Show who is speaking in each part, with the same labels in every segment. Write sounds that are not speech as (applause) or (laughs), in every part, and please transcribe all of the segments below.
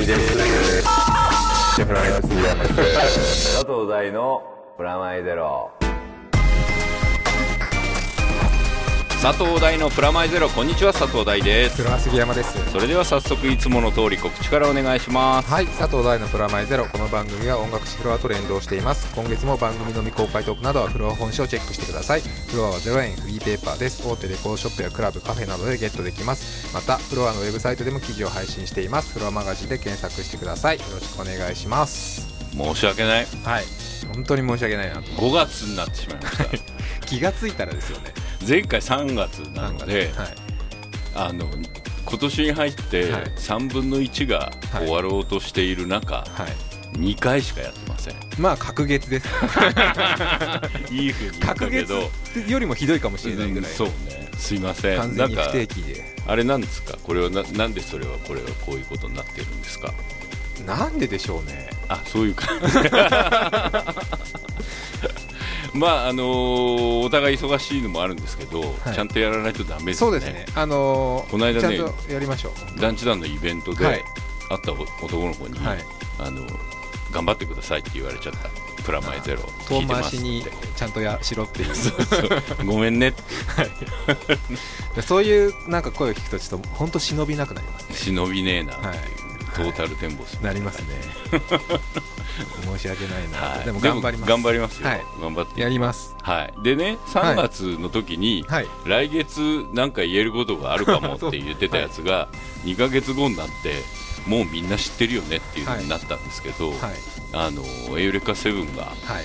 Speaker 1: じです。プラマイゼロ。佐藤大のプラマイゼロ。
Speaker 2: 佐藤大のプラマイゼロこんにちは佐藤大です
Speaker 3: 黒は杉山です
Speaker 2: それでは早速いつもの通り告知からお願いします
Speaker 3: はい佐藤大のプラマイゼロこの番組は音楽誌フロアと連動しています今月も番組の未公開トークなどはフロア本誌をチェックしてくださいフロアは0円フリーペーパーです大手レコードショップやクラブカフェなどでゲットできますまたフロアのウェブサイトでも記事を配信していますフロアマガジンで検索してくださいよろしくお願いします
Speaker 2: 申し訳ない
Speaker 3: はい本当に申し訳ないなと
Speaker 2: 5月になってしまいました
Speaker 3: 気がついたらですよね
Speaker 2: (laughs) 前回3月なので、
Speaker 3: はい、
Speaker 2: あの今年に入って
Speaker 3: はい
Speaker 2: 3分の1が終わろうとしている中、
Speaker 3: はい、
Speaker 2: 2回しかやってません
Speaker 3: まあ隔月です
Speaker 2: いいふうに言った
Speaker 3: (laughs) 隔
Speaker 2: け
Speaker 3: 月
Speaker 2: ど
Speaker 3: よりもひどいかもしれないぐらい、
Speaker 2: そうねすいません
Speaker 3: 完
Speaker 2: な
Speaker 3: 全
Speaker 2: ん
Speaker 3: に
Speaker 2: か
Speaker 3: 不定期で
Speaker 2: あれなんですかこれはななんでそれはこれはこういうことになっているんですか
Speaker 3: なんででしょうね
Speaker 2: あそういう感じ (laughs) まああのーお互い忙しいのもあるんですけど、
Speaker 3: はい
Speaker 2: ちゃんとやらないとダメですね
Speaker 3: そうですね。あのー
Speaker 2: この間ね
Speaker 3: ちゃんとやりましょう。
Speaker 2: 団地団のイベントで
Speaker 3: は
Speaker 2: 会
Speaker 3: い
Speaker 2: った男の子に、
Speaker 3: はい
Speaker 2: あの頑張ってくださいって言われちゃったプラマイゼロ聞
Speaker 3: 遠
Speaker 2: いてま
Speaker 3: 回
Speaker 2: す
Speaker 3: し
Speaker 2: っ
Speaker 3: に
Speaker 2: て
Speaker 3: ちゃんとやしろっていう。 (laughs)
Speaker 2: そうそうごめんねって
Speaker 3: そういうなんか声を聞くとちょっと本当忍びなくなりますね。
Speaker 2: 忍びねえなっていう、
Speaker 3: はい
Speaker 2: トータルテンボスみた
Speaker 3: ないりますね。申し訳ないな。
Speaker 2: はい、
Speaker 3: でも頑張ります。
Speaker 2: 頑張りますよ、
Speaker 3: はい
Speaker 2: 頑張って
Speaker 3: やります。
Speaker 2: はい、でね3月の時に、
Speaker 3: はい
Speaker 2: 来月なんか言えることがあるかもって言ってたやつ
Speaker 3: (laughs)
Speaker 2: が、2ヶ月後になってもうみんな知ってるよねっていうのになったんですけど、
Speaker 3: はい
Speaker 2: あのエウレカセブンが、はい
Speaker 3: はい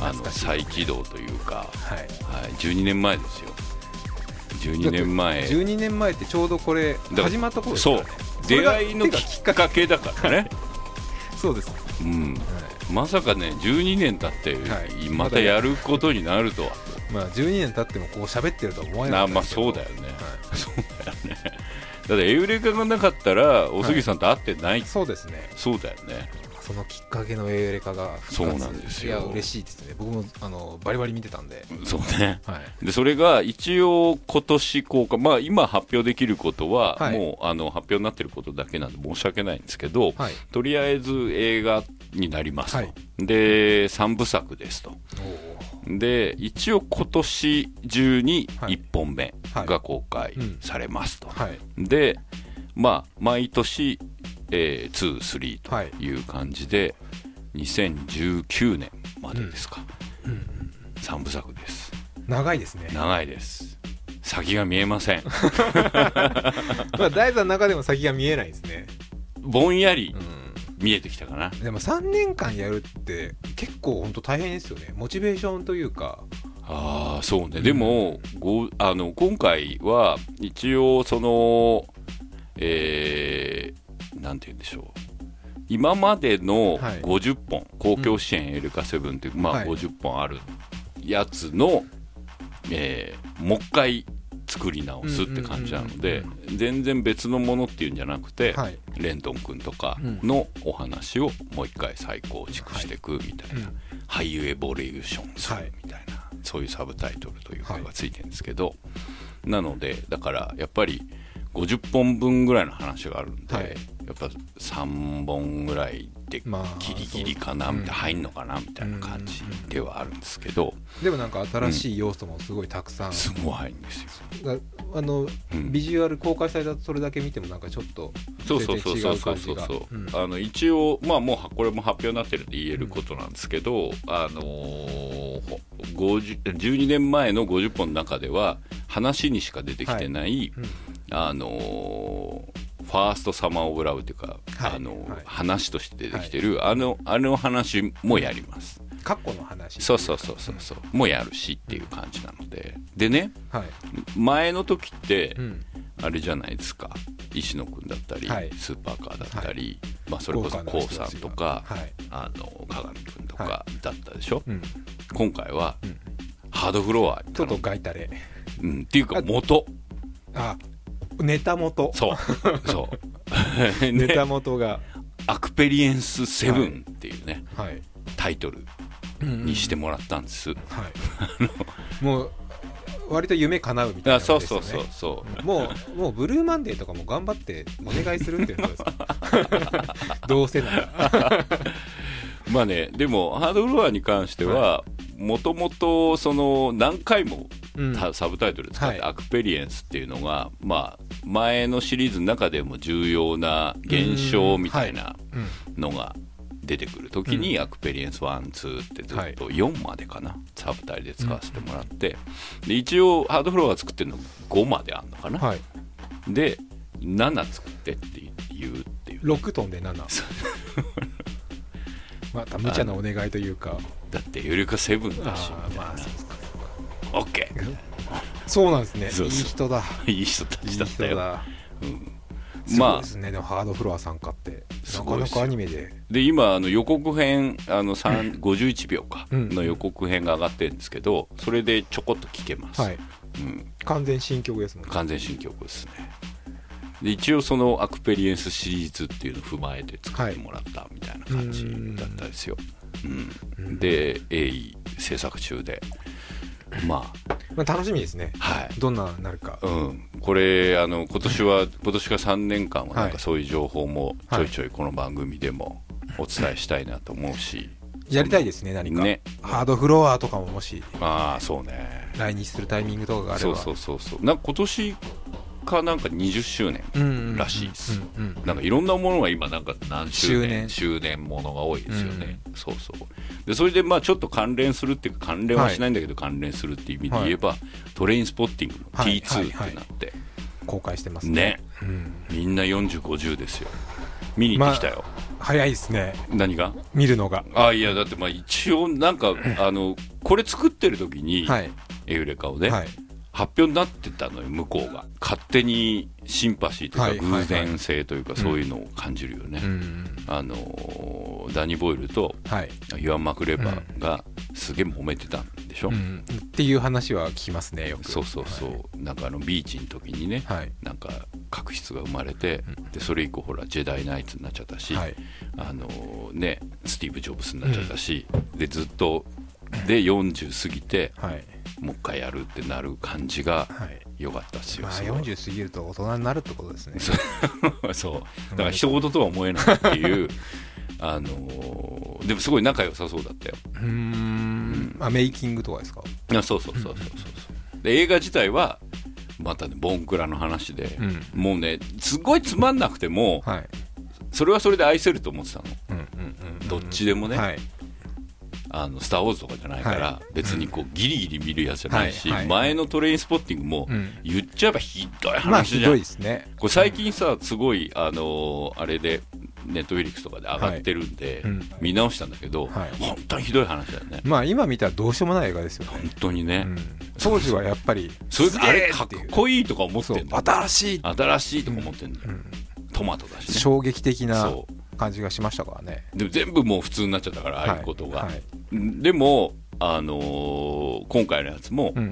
Speaker 2: あ
Speaker 3: 懐
Speaker 2: の
Speaker 3: かしい
Speaker 2: 再起動というか、
Speaker 3: はい。
Speaker 2: はい、12年前ですよ12年前
Speaker 3: 十二年前ってちょうどこれ
Speaker 2: だから
Speaker 3: 始まった頃ですから
Speaker 2: そ
Speaker 3: ね
Speaker 2: う。出会いの
Speaker 3: それ
Speaker 2: き
Speaker 3: が
Speaker 2: っかけだからね、
Speaker 3: そうです。は
Speaker 2: うん、まさかね12年経って、
Speaker 3: はい
Speaker 2: またやることになるとは、
Speaker 3: い。まあ十二年経ってもこう喋ってるとは思えな。
Speaker 2: ないまあそうだよね、(laughs)
Speaker 3: は
Speaker 2: そうだよね。だってエウレカがなかったら、おすぎさんと会ってない、
Speaker 3: い。そうですね。
Speaker 2: そうだよね。
Speaker 3: そのきっかけのエウレカが復活
Speaker 2: そうなんですよ
Speaker 3: いや嬉しいですね僕もあのバリバリ見てたんで、
Speaker 2: そうね。
Speaker 3: はい、
Speaker 2: でそれが一応、今年公開、まあ、今発表できることは、
Speaker 3: はい
Speaker 2: もうあの発表になってることだけなんで申し訳ないんですけど、
Speaker 3: はい
Speaker 2: とりあえず映画になりますと、
Speaker 3: はい
Speaker 2: で3部作ですと、
Speaker 3: お
Speaker 2: で一応、今年中に
Speaker 3: はい
Speaker 2: 1本目が公開
Speaker 3: うん
Speaker 2: されますと、
Speaker 3: はい
Speaker 2: で、まあ、毎年、えー、2、3という感じで、2019年までですか、三3部作です
Speaker 3: 長いですね、
Speaker 2: 長いです先が見えません
Speaker 3: まあ、大座の中でも先が見えないですね、
Speaker 2: ぼんやり
Speaker 3: う
Speaker 2: 見えてきたかな、
Speaker 3: ん、でも3年間やるって結構本当大変ですよねモチベーションというか
Speaker 2: ああそうねでも、ごあの今回は一応そのえー、なんて言うんでしょう今までの
Speaker 3: はい
Speaker 2: 50本、公共支援エルカ7という、まあ
Speaker 3: はい
Speaker 2: 50本あるやつの、えーもう一回作り直すって感じなので
Speaker 3: うん
Speaker 2: 全然別のものっていうんじゃなくて、
Speaker 3: はい
Speaker 2: レンドン君とかのお話をもう一回再構築していくみたいな、
Speaker 3: うん
Speaker 2: ハイウェボリューションする
Speaker 3: はい
Speaker 2: みたいな、そういうサブタイトルというか
Speaker 3: はい
Speaker 2: がついてるんですけど、なのでだからやっぱり50本分ぐらいの話があるんで、
Speaker 3: はい
Speaker 2: やっぱ3本ぐらいで
Speaker 3: まあ
Speaker 2: ギリギリかな
Speaker 3: そう
Speaker 2: みたいな、入んのかなみたいな感じではあるんですけど、
Speaker 3: でもなんか新しい要素もすごいたくさん、
Speaker 2: すごい入るんですよ。
Speaker 3: だあの
Speaker 2: うん
Speaker 3: ビジュアル公開されたそれだけ見てもなんかちょっと
Speaker 2: そうそうそうそうそう
Speaker 3: 全然違感じが
Speaker 2: そう、
Speaker 3: ん
Speaker 2: あの一応まあもうはこれも発表になってるって言えることなんですけど、あのーほ50 12年前の50本の中では話にしか出てきてない、
Speaker 3: うん
Speaker 2: あのーファーストサマーオブラブというか、
Speaker 3: はい
Speaker 2: あのー
Speaker 3: はい
Speaker 2: 話として出てきてる、あのあの話もやります
Speaker 3: 過去の話
Speaker 2: そうそうそうそうそうもやるしっていう感じなのででね
Speaker 3: はい、
Speaker 2: 前の時って、
Speaker 3: うん、
Speaker 2: あれじゃないですか石野君だったり、
Speaker 3: はい
Speaker 2: スーパーカーだったり、まあ、それこそ
Speaker 3: 豪華な
Speaker 2: k
Speaker 3: 人
Speaker 2: o さ
Speaker 3: た
Speaker 2: ん
Speaker 3: ちが
Speaker 2: とか、
Speaker 3: はい
Speaker 2: あの鏡君とか
Speaker 3: は
Speaker 2: だったでしょ、
Speaker 3: うん、
Speaker 2: 今回は、
Speaker 3: ん
Speaker 2: ハードフロアに
Speaker 3: ちょっと
Speaker 2: 頼む
Speaker 3: ガイタレ
Speaker 2: うん、っていうか元
Speaker 3: あネタ元
Speaker 2: そう
Speaker 3: (laughs)
Speaker 2: そう
Speaker 3: ネ
Speaker 2: で
Speaker 3: タ元が、
Speaker 2: アクペリエンス7」っていうね、
Speaker 3: はい、
Speaker 2: タイトルにしてもらったんです、
Speaker 3: はい、もう割と夢叶うみたいな
Speaker 2: あ
Speaker 3: 感じ
Speaker 2: そう
Speaker 3: です
Speaker 2: そ
Speaker 3: よ
Speaker 2: う
Speaker 3: ね
Speaker 2: そうそう、 (laughs)
Speaker 3: もうもうブルーマンデーとかも頑張ってお願いするっていうことですかどうせなら
Speaker 2: まあねでもハードフロアに関してはもともとその何回も
Speaker 3: うん
Speaker 2: たサブタイトル使って、
Speaker 3: はい
Speaker 2: アクペリエンスっていうのが、まあ、前のシリーズの中でも重要な現象みたいな
Speaker 3: うん
Speaker 2: のが出てくる時に、アクペリエンス12ってずっと4までかな、サブタイで使わせてもらって、で一応ハードフロアが作ってるの5まであんのかな、
Speaker 3: はい
Speaker 2: で7作ってって言うっていう
Speaker 3: 6トンで7
Speaker 2: (laughs) そう
Speaker 3: また無茶なお願いというか
Speaker 2: だってゆりか7だし
Speaker 3: あーまあそうですか
Speaker 2: OK
Speaker 3: (laughs) そうなんですね
Speaker 2: そうそう
Speaker 3: いい人だ
Speaker 2: いい人た
Speaker 3: いい
Speaker 2: ちだった
Speaker 3: 人
Speaker 2: よ
Speaker 3: だ
Speaker 2: うん
Speaker 3: すごい
Speaker 2: まあ
Speaker 3: ですねでもハードフロアさんかって
Speaker 2: す
Speaker 3: な
Speaker 2: ご
Speaker 3: か
Speaker 2: いで
Speaker 3: な
Speaker 2: す
Speaker 3: かアニメで
Speaker 2: で今あの予告編あの3 51秒か
Speaker 3: うん
Speaker 2: の予告編が上がってるんですけどそれでちょこっと聞けます、
Speaker 3: はい
Speaker 2: うん、
Speaker 3: 完全新曲ですもんね
Speaker 2: 完全新曲ですねで一応そのアクペリエンスシリーズっていうのを踏まえて作ってもらったみたいな感じだったですよ、うんで鋭意制作中でまあ
Speaker 3: まあ楽しみですね
Speaker 2: はい
Speaker 3: どんなになるか
Speaker 2: うん、これあの今年は今年が3年間はなん
Speaker 3: はい
Speaker 2: かそういう情報もちょいちょいこの番組でもお伝えしたいなと思うし、
Speaker 3: やりたいですね何か
Speaker 2: ね
Speaker 3: ハードフロアとかももし
Speaker 2: ああそうね
Speaker 3: 来日するタイミングとかがあれ
Speaker 2: そ
Speaker 3: ば
Speaker 2: うそうそうそうなんか今年かなんか20周年
Speaker 3: うんうんうん
Speaker 2: らしいです、
Speaker 3: うんうん
Speaker 2: なんかいろんなものが今なんか何周年周年ものが多いですよね、そうそうでそれでまあちょっと関連するっていうか関連はしないんだけど関連するっていう意味で言えば、トレインスポッティングの
Speaker 3: はい
Speaker 2: T2
Speaker 3: はい
Speaker 2: ってなって、
Speaker 3: 公開してます
Speaker 2: ね
Speaker 3: うん
Speaker 2: みんな4050ですよ見に行ってきたよ、
Speaker 3: 早いですね
Speaker 2: 何が
Speaker 3: 見るのが
Speaker 2: あいやだってまあ一応なん
Speaker 3: (laughs)
Speaker 2: かあのこれ作ってる時に、
Speaker 3: はい
Speaker 2: エウレカをね、
Speaker 3: はい
Speaker 2: 発表になってたのよ向こうが勝手にシンパシーと
Speaker 3: はい
Speaker 2: いうか偶然性というかそういうのを感じるよね、
Speaker 3: うん
Speaker 2: あのーダニー・ボイルと
Speaker 3: はい
Speaker 2: ユアン・マクレバーがすげえ揉めてたんでしょ、
Speaker 3: うんっていう話は聞きますねよく
Speaker 2: そうそうそう、なんかあのビーチの時にね、
Speaker 3: はい
Speaker 2: なんか確執が生まれて、でそれ以降ほらジェダイナイツになっちゃったし、
Speaker 3: はい
Speaker 2: あのーねスティーブ・ジョブスになっちゃったし、でずっとで40過ぎて
Speaker 3: はい
Speaker 2: もう一回やるってなる感じが
Speaker 3: はい
Speaker 2: 良かったっすよ、
Speaker 3: まあ
Speaker 2: すごい
Speaker 3: 40過ぎると大人になるってことですね
Speaker 2: (laughs) そうだから人事とは思えないって
Speaker 3: (laughs)
Speaker 2: いうあのーでもすごい仲良さそうだったよ
Speaker 3: うーんあメイキングとかですか
Speaker 2: あそうそうそうそうそうそうで映画自体はまたねボンクラの話で、
Speaker 3: う
Speaker 2: もうねすごいつまんなくても
Speaker 3: はい
Speaker 2: それはそれで愛せると思ってたの
Speaker 3: うんうんうん
Speaker 2: どっちでもね、
Speaker 3: はい
Speaker 2: あの「スター・ウォーズ」とかじゃないから、
Speaker 3: は
Speaker 2: 別にこうギリギリ見るやつじゃないし、
Speaker 3: はいはい
Speaker 2: 前の「トレインスポッティング」も
Speaker 3: うん
Speaker 2: 言っちゃえばひどい
Speaker 3: まあ
Speaker 2: 話
Speaker 3: ひ
Speaker 2: じゃん、
Speaker 3: どいですね
Speaker 2: これ最近さすごいあのーあれでネットフィリックスとかで上がってるんで、
Speaker 3: はいうん
Speaker 2: 見直したんだけど、
Speaker 3: はい
Speaker 2: 本当にひどい話だよね
Speaker 3: まあ今見たらどうしようもない映画ですよ
Speaker 2: 本
Speaker 3: ね
Speaker 2: 当にね、
Speaker 3: うん当時はやっぱり
Speaker 2: それあれか
Speaker 3: か
Speaker 2: っこいいとか思って
Speaker 3: そうん
Speaker 2: だよ
Speaker 3: 新しい
Speaker 2: 新しいとか思ってんだよ、トマトだしね
Speaker 3: 衝撃的な
Speaker 2: そ
Speaker 3: 感じがしましたからね
Speaker 2: でも全部もう普通になっちゃったからああいうことが、
Speaker 3: はいはい
Speaker 2: でもあのー今回のやつも、
Speaker 3: うん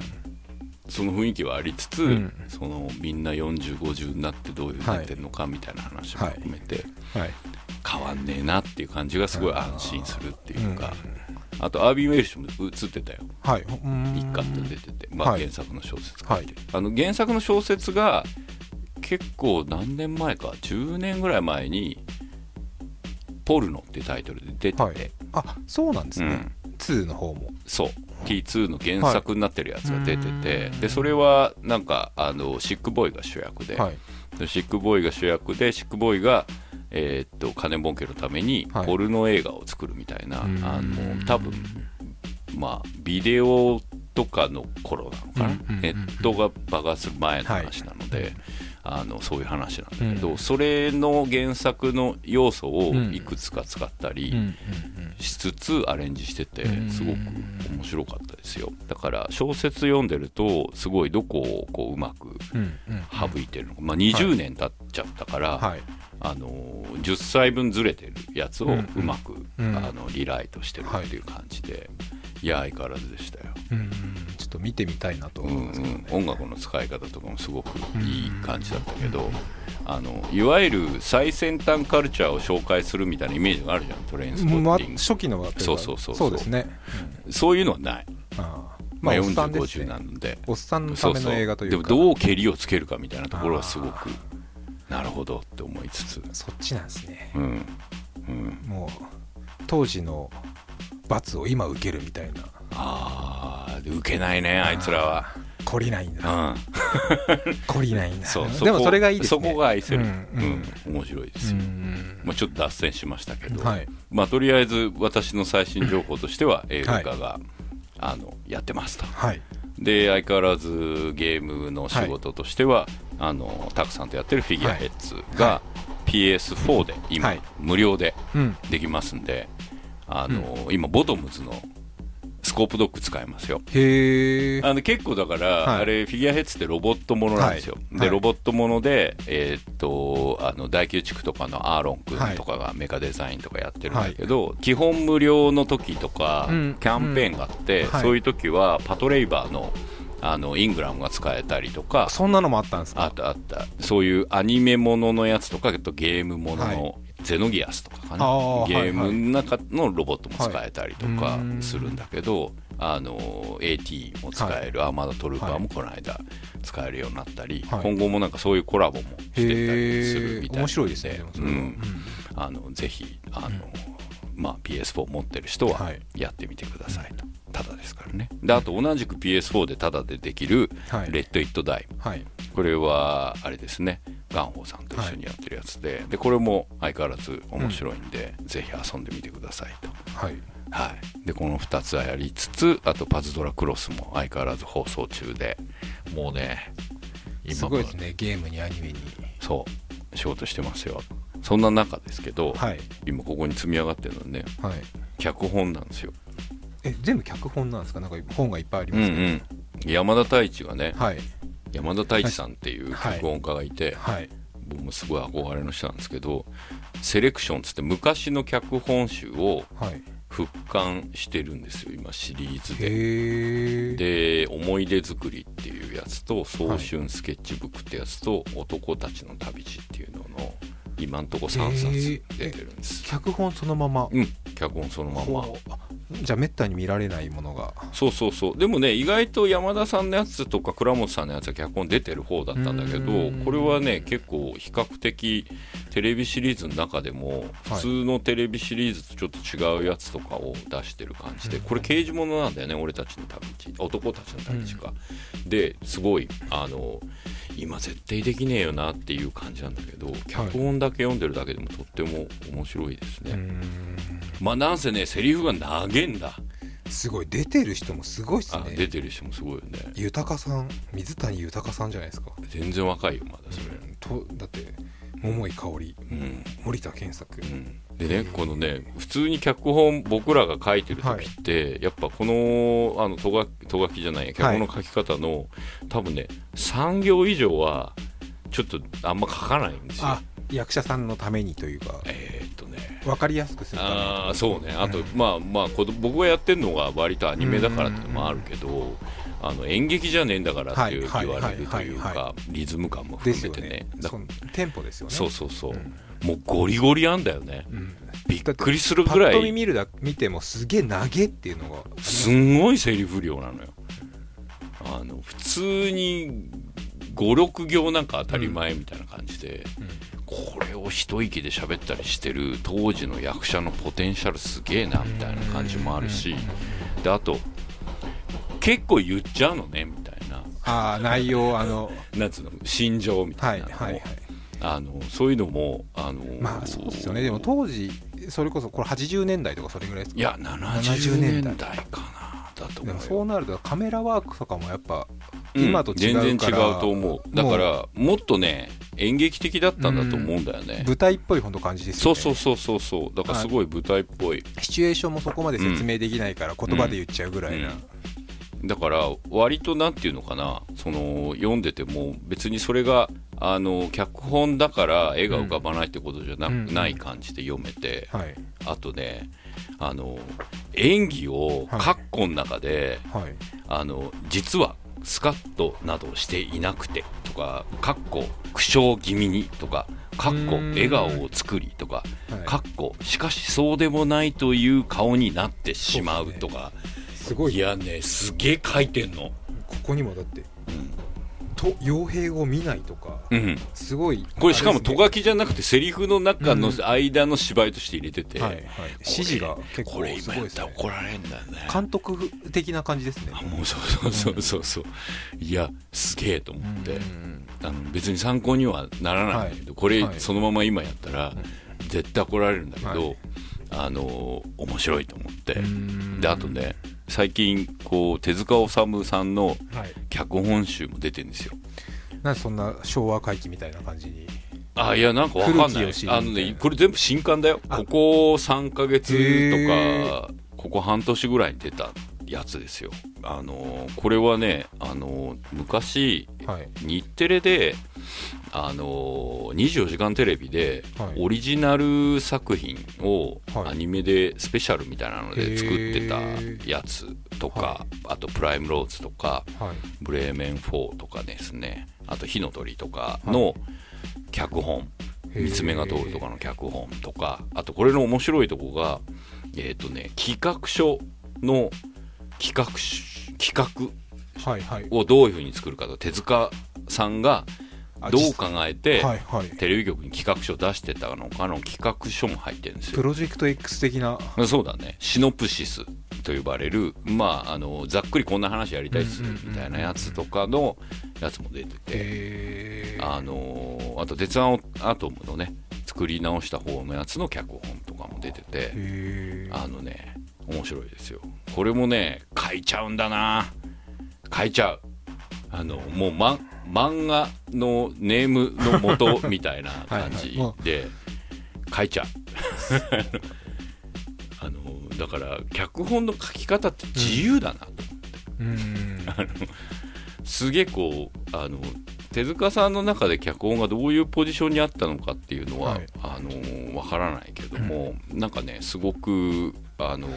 Speaker 2: その雰囲気はありつつ、
Speaker 3: うん
Speaker 2: そのみんな4050になってどういうふうになってんのかみたいな話も含めて、
Speaker 3: はい
Speaker 2: 変わんねえなっていう感じがすごい安心するっていうか、あとアービン・ウェルシュも映ってたよ
Speaker 3: はい
Speaker 2: 一巻って出てて、まあ、
Speaker 3: はい
Speaker 2: 原作の小説書いてる
Speaker 3: は
Speaker 2: あの原作の小説が結構何年前か10年ぐらい前に「ポルノ」ってタイトルで出てて、
Speaker 3: はいあそうなんですね2の方も
Speaker 2: そう T2 の原作になってるやつが出てて、
Speaker 3: はい
Speaker 2: でそれはなんかあのシックボーイが主役で、
Speaker 3: はい
Speaker 2: でシックボーイが主役でシックボーイが、えーっと金儲けのために
Speaker 3: はい
Speaker 2: ポルノ映画を作るみたいな、
Speaker 3: うん
Speaker 2: あの多分まあビデオとかの頃なのかな、
Speaker 3: うんうんうん
Speaker 2: ネットが爆発する前の話なので、あのそういう話なんだけど、
Speaker 3: うん
Speaker 2: それの原作の要素を
Speaker 3: うん
Speaker 2: いくつか使ったり、
Speaker 3: うん
Speaker 2: しつつアレンジしてて
Speaker 3: うん
Speaker 2: すごく面白かったですよだから小説読んでるとすごいどこをこううまく
Speaker 3: うんうんうん
Speaker 2: 省いてるのか、まあ、20年経っちゃったから、
Speaker 3: はい
Speaker 2: あのー10歳分ずれてるやつを
Speaker 3: うん
Speaker 2: うまく、
Speaker 3: うん
Speaker 2: あのリライトしてるっていう感じで、い、や相変わらずでしたよ、
Speaker 3: うんうんちょっと見てみたいなと
Speaker 2: う
Speaker 3: 思い
Speaker 2: ん
Speaker 3: ま
Speaker 2: う
Speaker 3: すけど
Speaker 2: ん
Speaker 3: ね、
Speaker 2: 音楽の使い方とかもすごくいい感じだったけど、あのいわゆる最先端カルチャーを紹介するみたいなイメージがあるじゃんトレインスポ
Speaker 3: ま
Speaker 2: ッ
Speaker 3: あ
Speaker 2: ティング、
Speaker 3: 初期のは
Speaker 2: そうそうそうそ
Speaker 3: そううですね
Speaker 2: そういうのはない、
Speaker 3: あー
Speaker 2: まあ、
Speaker 3: おっさんです
Speaker 2: 4050
Speaker 3: ね
Speaker 2: なので
Speaker 3: おっさんのための映画というか
Speaker 2: でもどうけりをつけるかみたいなところはすごくなるほどって思いつつ
Speaker 3: そっちなんですね
Speaker 2: うんうん
Speaker 3: もう当時の罰を今受けるみたいな
Speaker 2: ああ受けないねあいつらは
Speaker 3: 懲りないんだ
Speaker 2: うん
Speaker 3: 懲りないんだ
Speaker 2: そうそこ
Speaker 3: でもそれがいいです
Speaker 2: そ
Speaker 3: ね
Speaker 2: こが愛せる、
Speaker 3: う
Speaker 2: うんん面白いです
Speaker 3: う
Speaker 2: よ、
Speaker 3: ん
Speaker 2: まあ、ちょっと脱線しましたけど、
Speaker 3: はい
Speaker 2: まあ、とりあえず私の最新情報としては映画化が、
Speaker 3: は
Speaker 2: あのやってますと
Speaker 3: はい
Speaker 2: で相変わらずゲームの仕事としては、あのタクさんとやってるフィギュアヘッズが PS4 で今、
Speaker 3: はい
Speaker 2: 無料で
Speaker 3: うん
Speaker 2: できますんであの、今ボトムズのスコープドッグ使えますよ
Speaker 3: へえ
Speaker 2: あの結構だから、
Speaker 3: はい
Speaker 2: あれフィギュアヘッズってロボットものなんですよ、
Speaker 3: はいは
Speaker 2: で
Speaker 3: い
Speaker 2: ロボットもので、えーっとあの大宮地区とかのアーロン君とかがメカデザインとかやってるんだけど、基本無料の時とか、
Speaker 3: うん
Speaker 2: キャンペーンがあって、
Speaker 3: うんはい
Speaker 2: そういう時はパトレイバーのあのイングラムが使えたりとか
Speaker 3: そんなのもあったんです
Speaker 2: あ
Speaker 3: か
Speaker 2: ったあったそういうアニメもののやつとかあとゲームものの、
Speaker 3: はい
Speaker 2: ゼノギアスとかか
Speaker 3: あ
Speaker 2: な
Speaker 3: ー
Speaker 2: ゲームの中のロボットも使えたりと
Speaker 3: はい
Speaker 2: か
Speaker 3: うん
Speaker 2: するんだけど、あの AT も使える、アーマードトルーパーもこの間使えるようになったり、
Speaker 3: はい
Speaker 2: 今後もなんかそういうコラボもしてたりする
Speaker 3: へ
Speaker 2: みた
Speaker 3: え
Speaker 2: いなの
Speaker 3: 面白いですねでもそれ
Speaker 2: う
Speaker 3: は
Speaker 2: ん、あのぜひあの、まあ、PS4 持ってる人
Speaker 3: は
Speaker 2: はいやってみてくださいと、ただですからねであと同じく PS4 でただでできる
Speaker 3: はい
Speaker 2: 「レッド・イット・ダイ」
Speaker 3: はい
Speaker 2: これはあれですねガンホーさんと一緒にやってるやつで,、でこれも相変わらず面白いんで、ぜひ遊んでみてくださいと、
Speaker 3: はい
Speaker 2: はい、でこの2つはやりつつあと「パズドラクロス」も相変わらず放送中でもうね
Speaker 3: すごいですねゲームにアニメに
Speaker 2: そう仕事してますよそんな中ですけど、
Speaker 3: はい
Speaker 2: 今ここに積み上がってるのはね
Speaker 3: はい
Speaker 2: 脚本なんですよ、
Speaker 3: え全部脚本なんですかなんか本がいっぱいあり
Speaker 2: うん
Speaker 3: ま
Speaker 2: う
Speaker 3: すけど
Speaker 2: ん、山田太一がね、
Speaker 3: はい
Speaker 2: 山田太一さんっていう脚本家がいて、
Speaker 3: はい
Speaker 2: 僕もすごい憧れの人なんですけどセレクションっつって昔の脚本集を
Speaker 3: はい
Speaker 2: 復刊してるんですよ今シリーズで。
Speaker 3: へ
Speaker 2: で
Speaker 3: え
Speaker 2: 「思い出作り」っていうやつと「早春スケッチブック」ってやつと「男たちの旅路」っていうのの今んとこ3冊出てるんです、
Speaker 3: 脚本そのまま
Speaker 2: うん脚本そのまま
Speaker 3: ほうあじゃあめったに見られないものが
Speaker 2: そうそうそうでもね意外と山田さんのやつとか倉本さんのやつは脚本出てる方だったんだけ
Speaker 3: う
Speaker 2: ど
Speaker 3: ん
Speaker 2: これはね結構比較的テレビシリーズの中でも
Speaker 3: はい
Speaker 2: 普通のテレビシリーズとちょっと違うやつとかを出してる感じでこれ刑事ものなんだよね俺たちの旅路男たちの旅路かですごいあの今絶対できねえよなっていう感じなんだけど脚本だけ読んでるだけでもとっても面白いです
Speaker 3: う
Speaker 2: ね
Speaker 3: ん
Speaker 2: まあなんせねセリフが長えんだ
Speaker 3: すごい出てる人もすごいっす
Speaker 2: あ出
Speaker 3: ね
Speaker 2: てる人もすごいよね
Speaker 3: 豊さん水谷豊さんじゃないですか
Speaker 2: 全然若いよまだそれ、
Speaker 3: とだって桃井かおり
Speaker 2: うん
Speaker 3: 森田健作
Speaker 2: うん、でねこのね普通に脚本僕らが書いてる時って、やっぱこのあのとがとがきじゃないや脚本の書き方の、多分ね3行以上はちょっとあんま書かないんですよ
Speaker 3: あ役者さんのためにというか
Speaker 2: えーっとね
Speaker 3: 分かりやすくするために
Speaker 2: あーそうねあと、
Speaker 3: うん
Speaker 2: まあまあこど僕がやってるのが割とアニメだからっていうのもあるけど、あの演劇じゃねえんだからっていう
Speaker 3: はい
Speaker 2: 言われるという
Speaker 3: はいはい
Speaker 2: かリズム感も
Speaker 3: で
Speaker 2: 含
Speaker 3: す
Speaker 2: め
Speaker 3: よ
Speaker 2: てね
Speaker 3: ね
Speaker 2: だ
Speaker 3: そのテンポですよね
Speaker 2: そうそうそう、
Speaker 3: うん
Speaker 2: もうゴリゴリあんだよね
Speaker 3: うん
Speaker 2: びっくりする
Speaker 3: パ
Speaker 2: ぐら
Speaker 3: ッと見
Speaker 2: い
Speaker 3: 見るだ見てもすげえ投げっていうのが
Speaker 2: すんごいセリフ量なのよあの普通に56行なんか当たり前みたいな感じで、これを一息で喋ったりしてる当時の役者のポテンシャルすげえなみたいな感じもあるしであと結構言っちゃうのねみたいな
Speaker 3: ああ内容あ
Speaker 2: (laughs)
Speaker 3: の
Speaker 2: なんつうの心情みた
Speaker 3: はいい
Speaker 2: なのを、
Speaker 3: はいはい
Speaker 2: あのそういうのもあの
Speaker 3: まあそうですよねでも当時それこそこれ80年代とかそれぐらいですか
Speaker 2: いや70
Speaker 3: 70
Speaker 2: 年
Speaker 3: 年
Speaker 2: 代
Speaker 3: 代
Speaker 2: かなだと思
Speaker 3: でも
Speaker 2: うよ
Speaker 3: そうなるとカメラワークとかもやっぱ
Speaker 2: うん
Speaker 3: 今と違うから、
Speaker 2: 全然違うと思うだからもっとね演劇的だったんだと思うんだよね、
Speaker 3: 舞台っぽい本当感じです
Speaker 2: そ
Speaker 3: よ
Speaker 2: う
Speaker 3: ね
Speaker 2: そうそうそうそうだからすごい舞台っぽい
Speaker 3: シチュエーションもそこまで説明できないから言葉で言っちゃうぐらいな、
Speaker 2: だから割となんていうのかなその読んでても別にそれがあの脚本だから絵が浮かばないってことじゃな,、
Speaker 3: うんうん
Speaker 2: ない感じで読めて、
Speaker 3: はい
Speaker 2: あとねあの演技を
Speaker 3: はい
Speaker 2: 括弧の中で、
Speaker 3: はい
Speaker 2: あの実はスカッとなどしていなくてとか「かっこ苦笑気味に」とか「かっこ
Speaker 3: うん
Speaker 2: 笑顔を作り」とか
Speaker 3: は
Speaker 2: 「
Speaker 3: い
Speaker 2: かっこしかしそうでもないという顔になってしまう」とか、
Speaker 3: すごい
Speaker 2: いやねすげえ書いてんの
Speaker 3: ここにもだってと傭兵語見ないとか
Speaker 2: うん、
Speaker 3: すごい
Speaker 2: これしかも
Speaker 3: と
Speaker 2: と
Speaker 3: が
Speaker 2: がきじゃなくてセリフの中の間の芝居として入れてて、
Speaker 3: はいはい指示が結
Speaker 2: こ
Speaker 3: 構
Speaker 2: れ
Speaker 3: す
Speaker 2: 今
Speaker 3: ご
Speaker 2: や
Speaker 3: いで
Speaker 2: っ
Speaker 3: す
Speaker 2: たら
Speaker 3: ね
Speaker 2: 怒られんだよね
Speaker 3: 監督的な感じですね
Speaker 2: あもうそうそうそうそうそういやすげえと思って、
Speaker 3: うん
Speaker 2: あの別に参考にはならないんだけど、
Speaker 3: はい
Speaker 2: これ、
Speaker 3: はい
Speaker 2: そのまま今やったら絶対怒られるんだけど、
Speaker 3: は
Speaker 2: あの面白いと思って、
Speaker 3: ん
Speaker 2: であとね最近こう手塚治虫さんの
Speaker 3: はい
Speaker 2: 脚本集も出てるんですよ
Speaker 3: なんでそんな昭和回帰みたいな感じに
Speaker 2: あいやなんかわかんない
Speaker 3: 古き良しみたいな
Speaker 2: あのねこれ全部新刊だよここ3ヶ月と
Speaker 3: へ
Speaker 2: かここ半年ぐらいに出たやつですよあのこれはねあの昔
Speaker 3: はい
Speaker 2: 日テレで、あのー24時間テレビで
Speaker 3: はい
Speaker 2: オリジナル作品を
Speaker 3: はい
Speaker 2: アニメでスペシャルみたいなので作ってたやつとか
Speaker 3: は、
Speaker 2: あと「プライムローズ」とか
Speaker 3: はい
Speaker 2: 「ブレーメン4」とかですねあと「火の鳥」とかの脚本「
Speaker 3: へー
Speaker 2: 三つ目が通る」とかの脚本とかあとこれの面白いとこがえっ、とね企画書の企画し企画
Speaker 3: はいはい
Speaker 2: をどういうふうに作るかと手塚さんが
Speaker 3: あ
Speaker 2: どう考えて
Speaker 3: はいはい
Speaker 2: テレビ局に企画書を出してたのかの企画書も入ってるんです
Speaker 3: プ
Speaker 2: よ。
Speaker 3: ロジェクト X 的な
Speaker 2: そうだねシノプシスと呼ばれる、まあ、あのざっくりこんな話やりたいっす
Speaker 3: うんうんうんうん
Speaker 2: みたいなやつとかのやつも出てて、
Speaker 3: えー
Speaker 2: あのーあと「鉄腕アトム」のね作り直した方のやつの脚本とかも出てて、
Speaker 3: へー
Speaker 2: あのね面白いですよこれもね書いちゃうんだな書いちゃうあのもう、ま、漫画のネームの元みたいな感じ
Speaker 3: (laughs) はいは
Speaker 2: で書いちゃう (laughs) あのだから脚本の書き方って自由だなと、
Speaker 3: うん
Speaker 2: すげえこうあの手塚さんの中で脚本がどういうポジションにあったのかっていうのは、
Speaker 3: はい
Speaker 2: あのわからないけども、なんかねすごくあの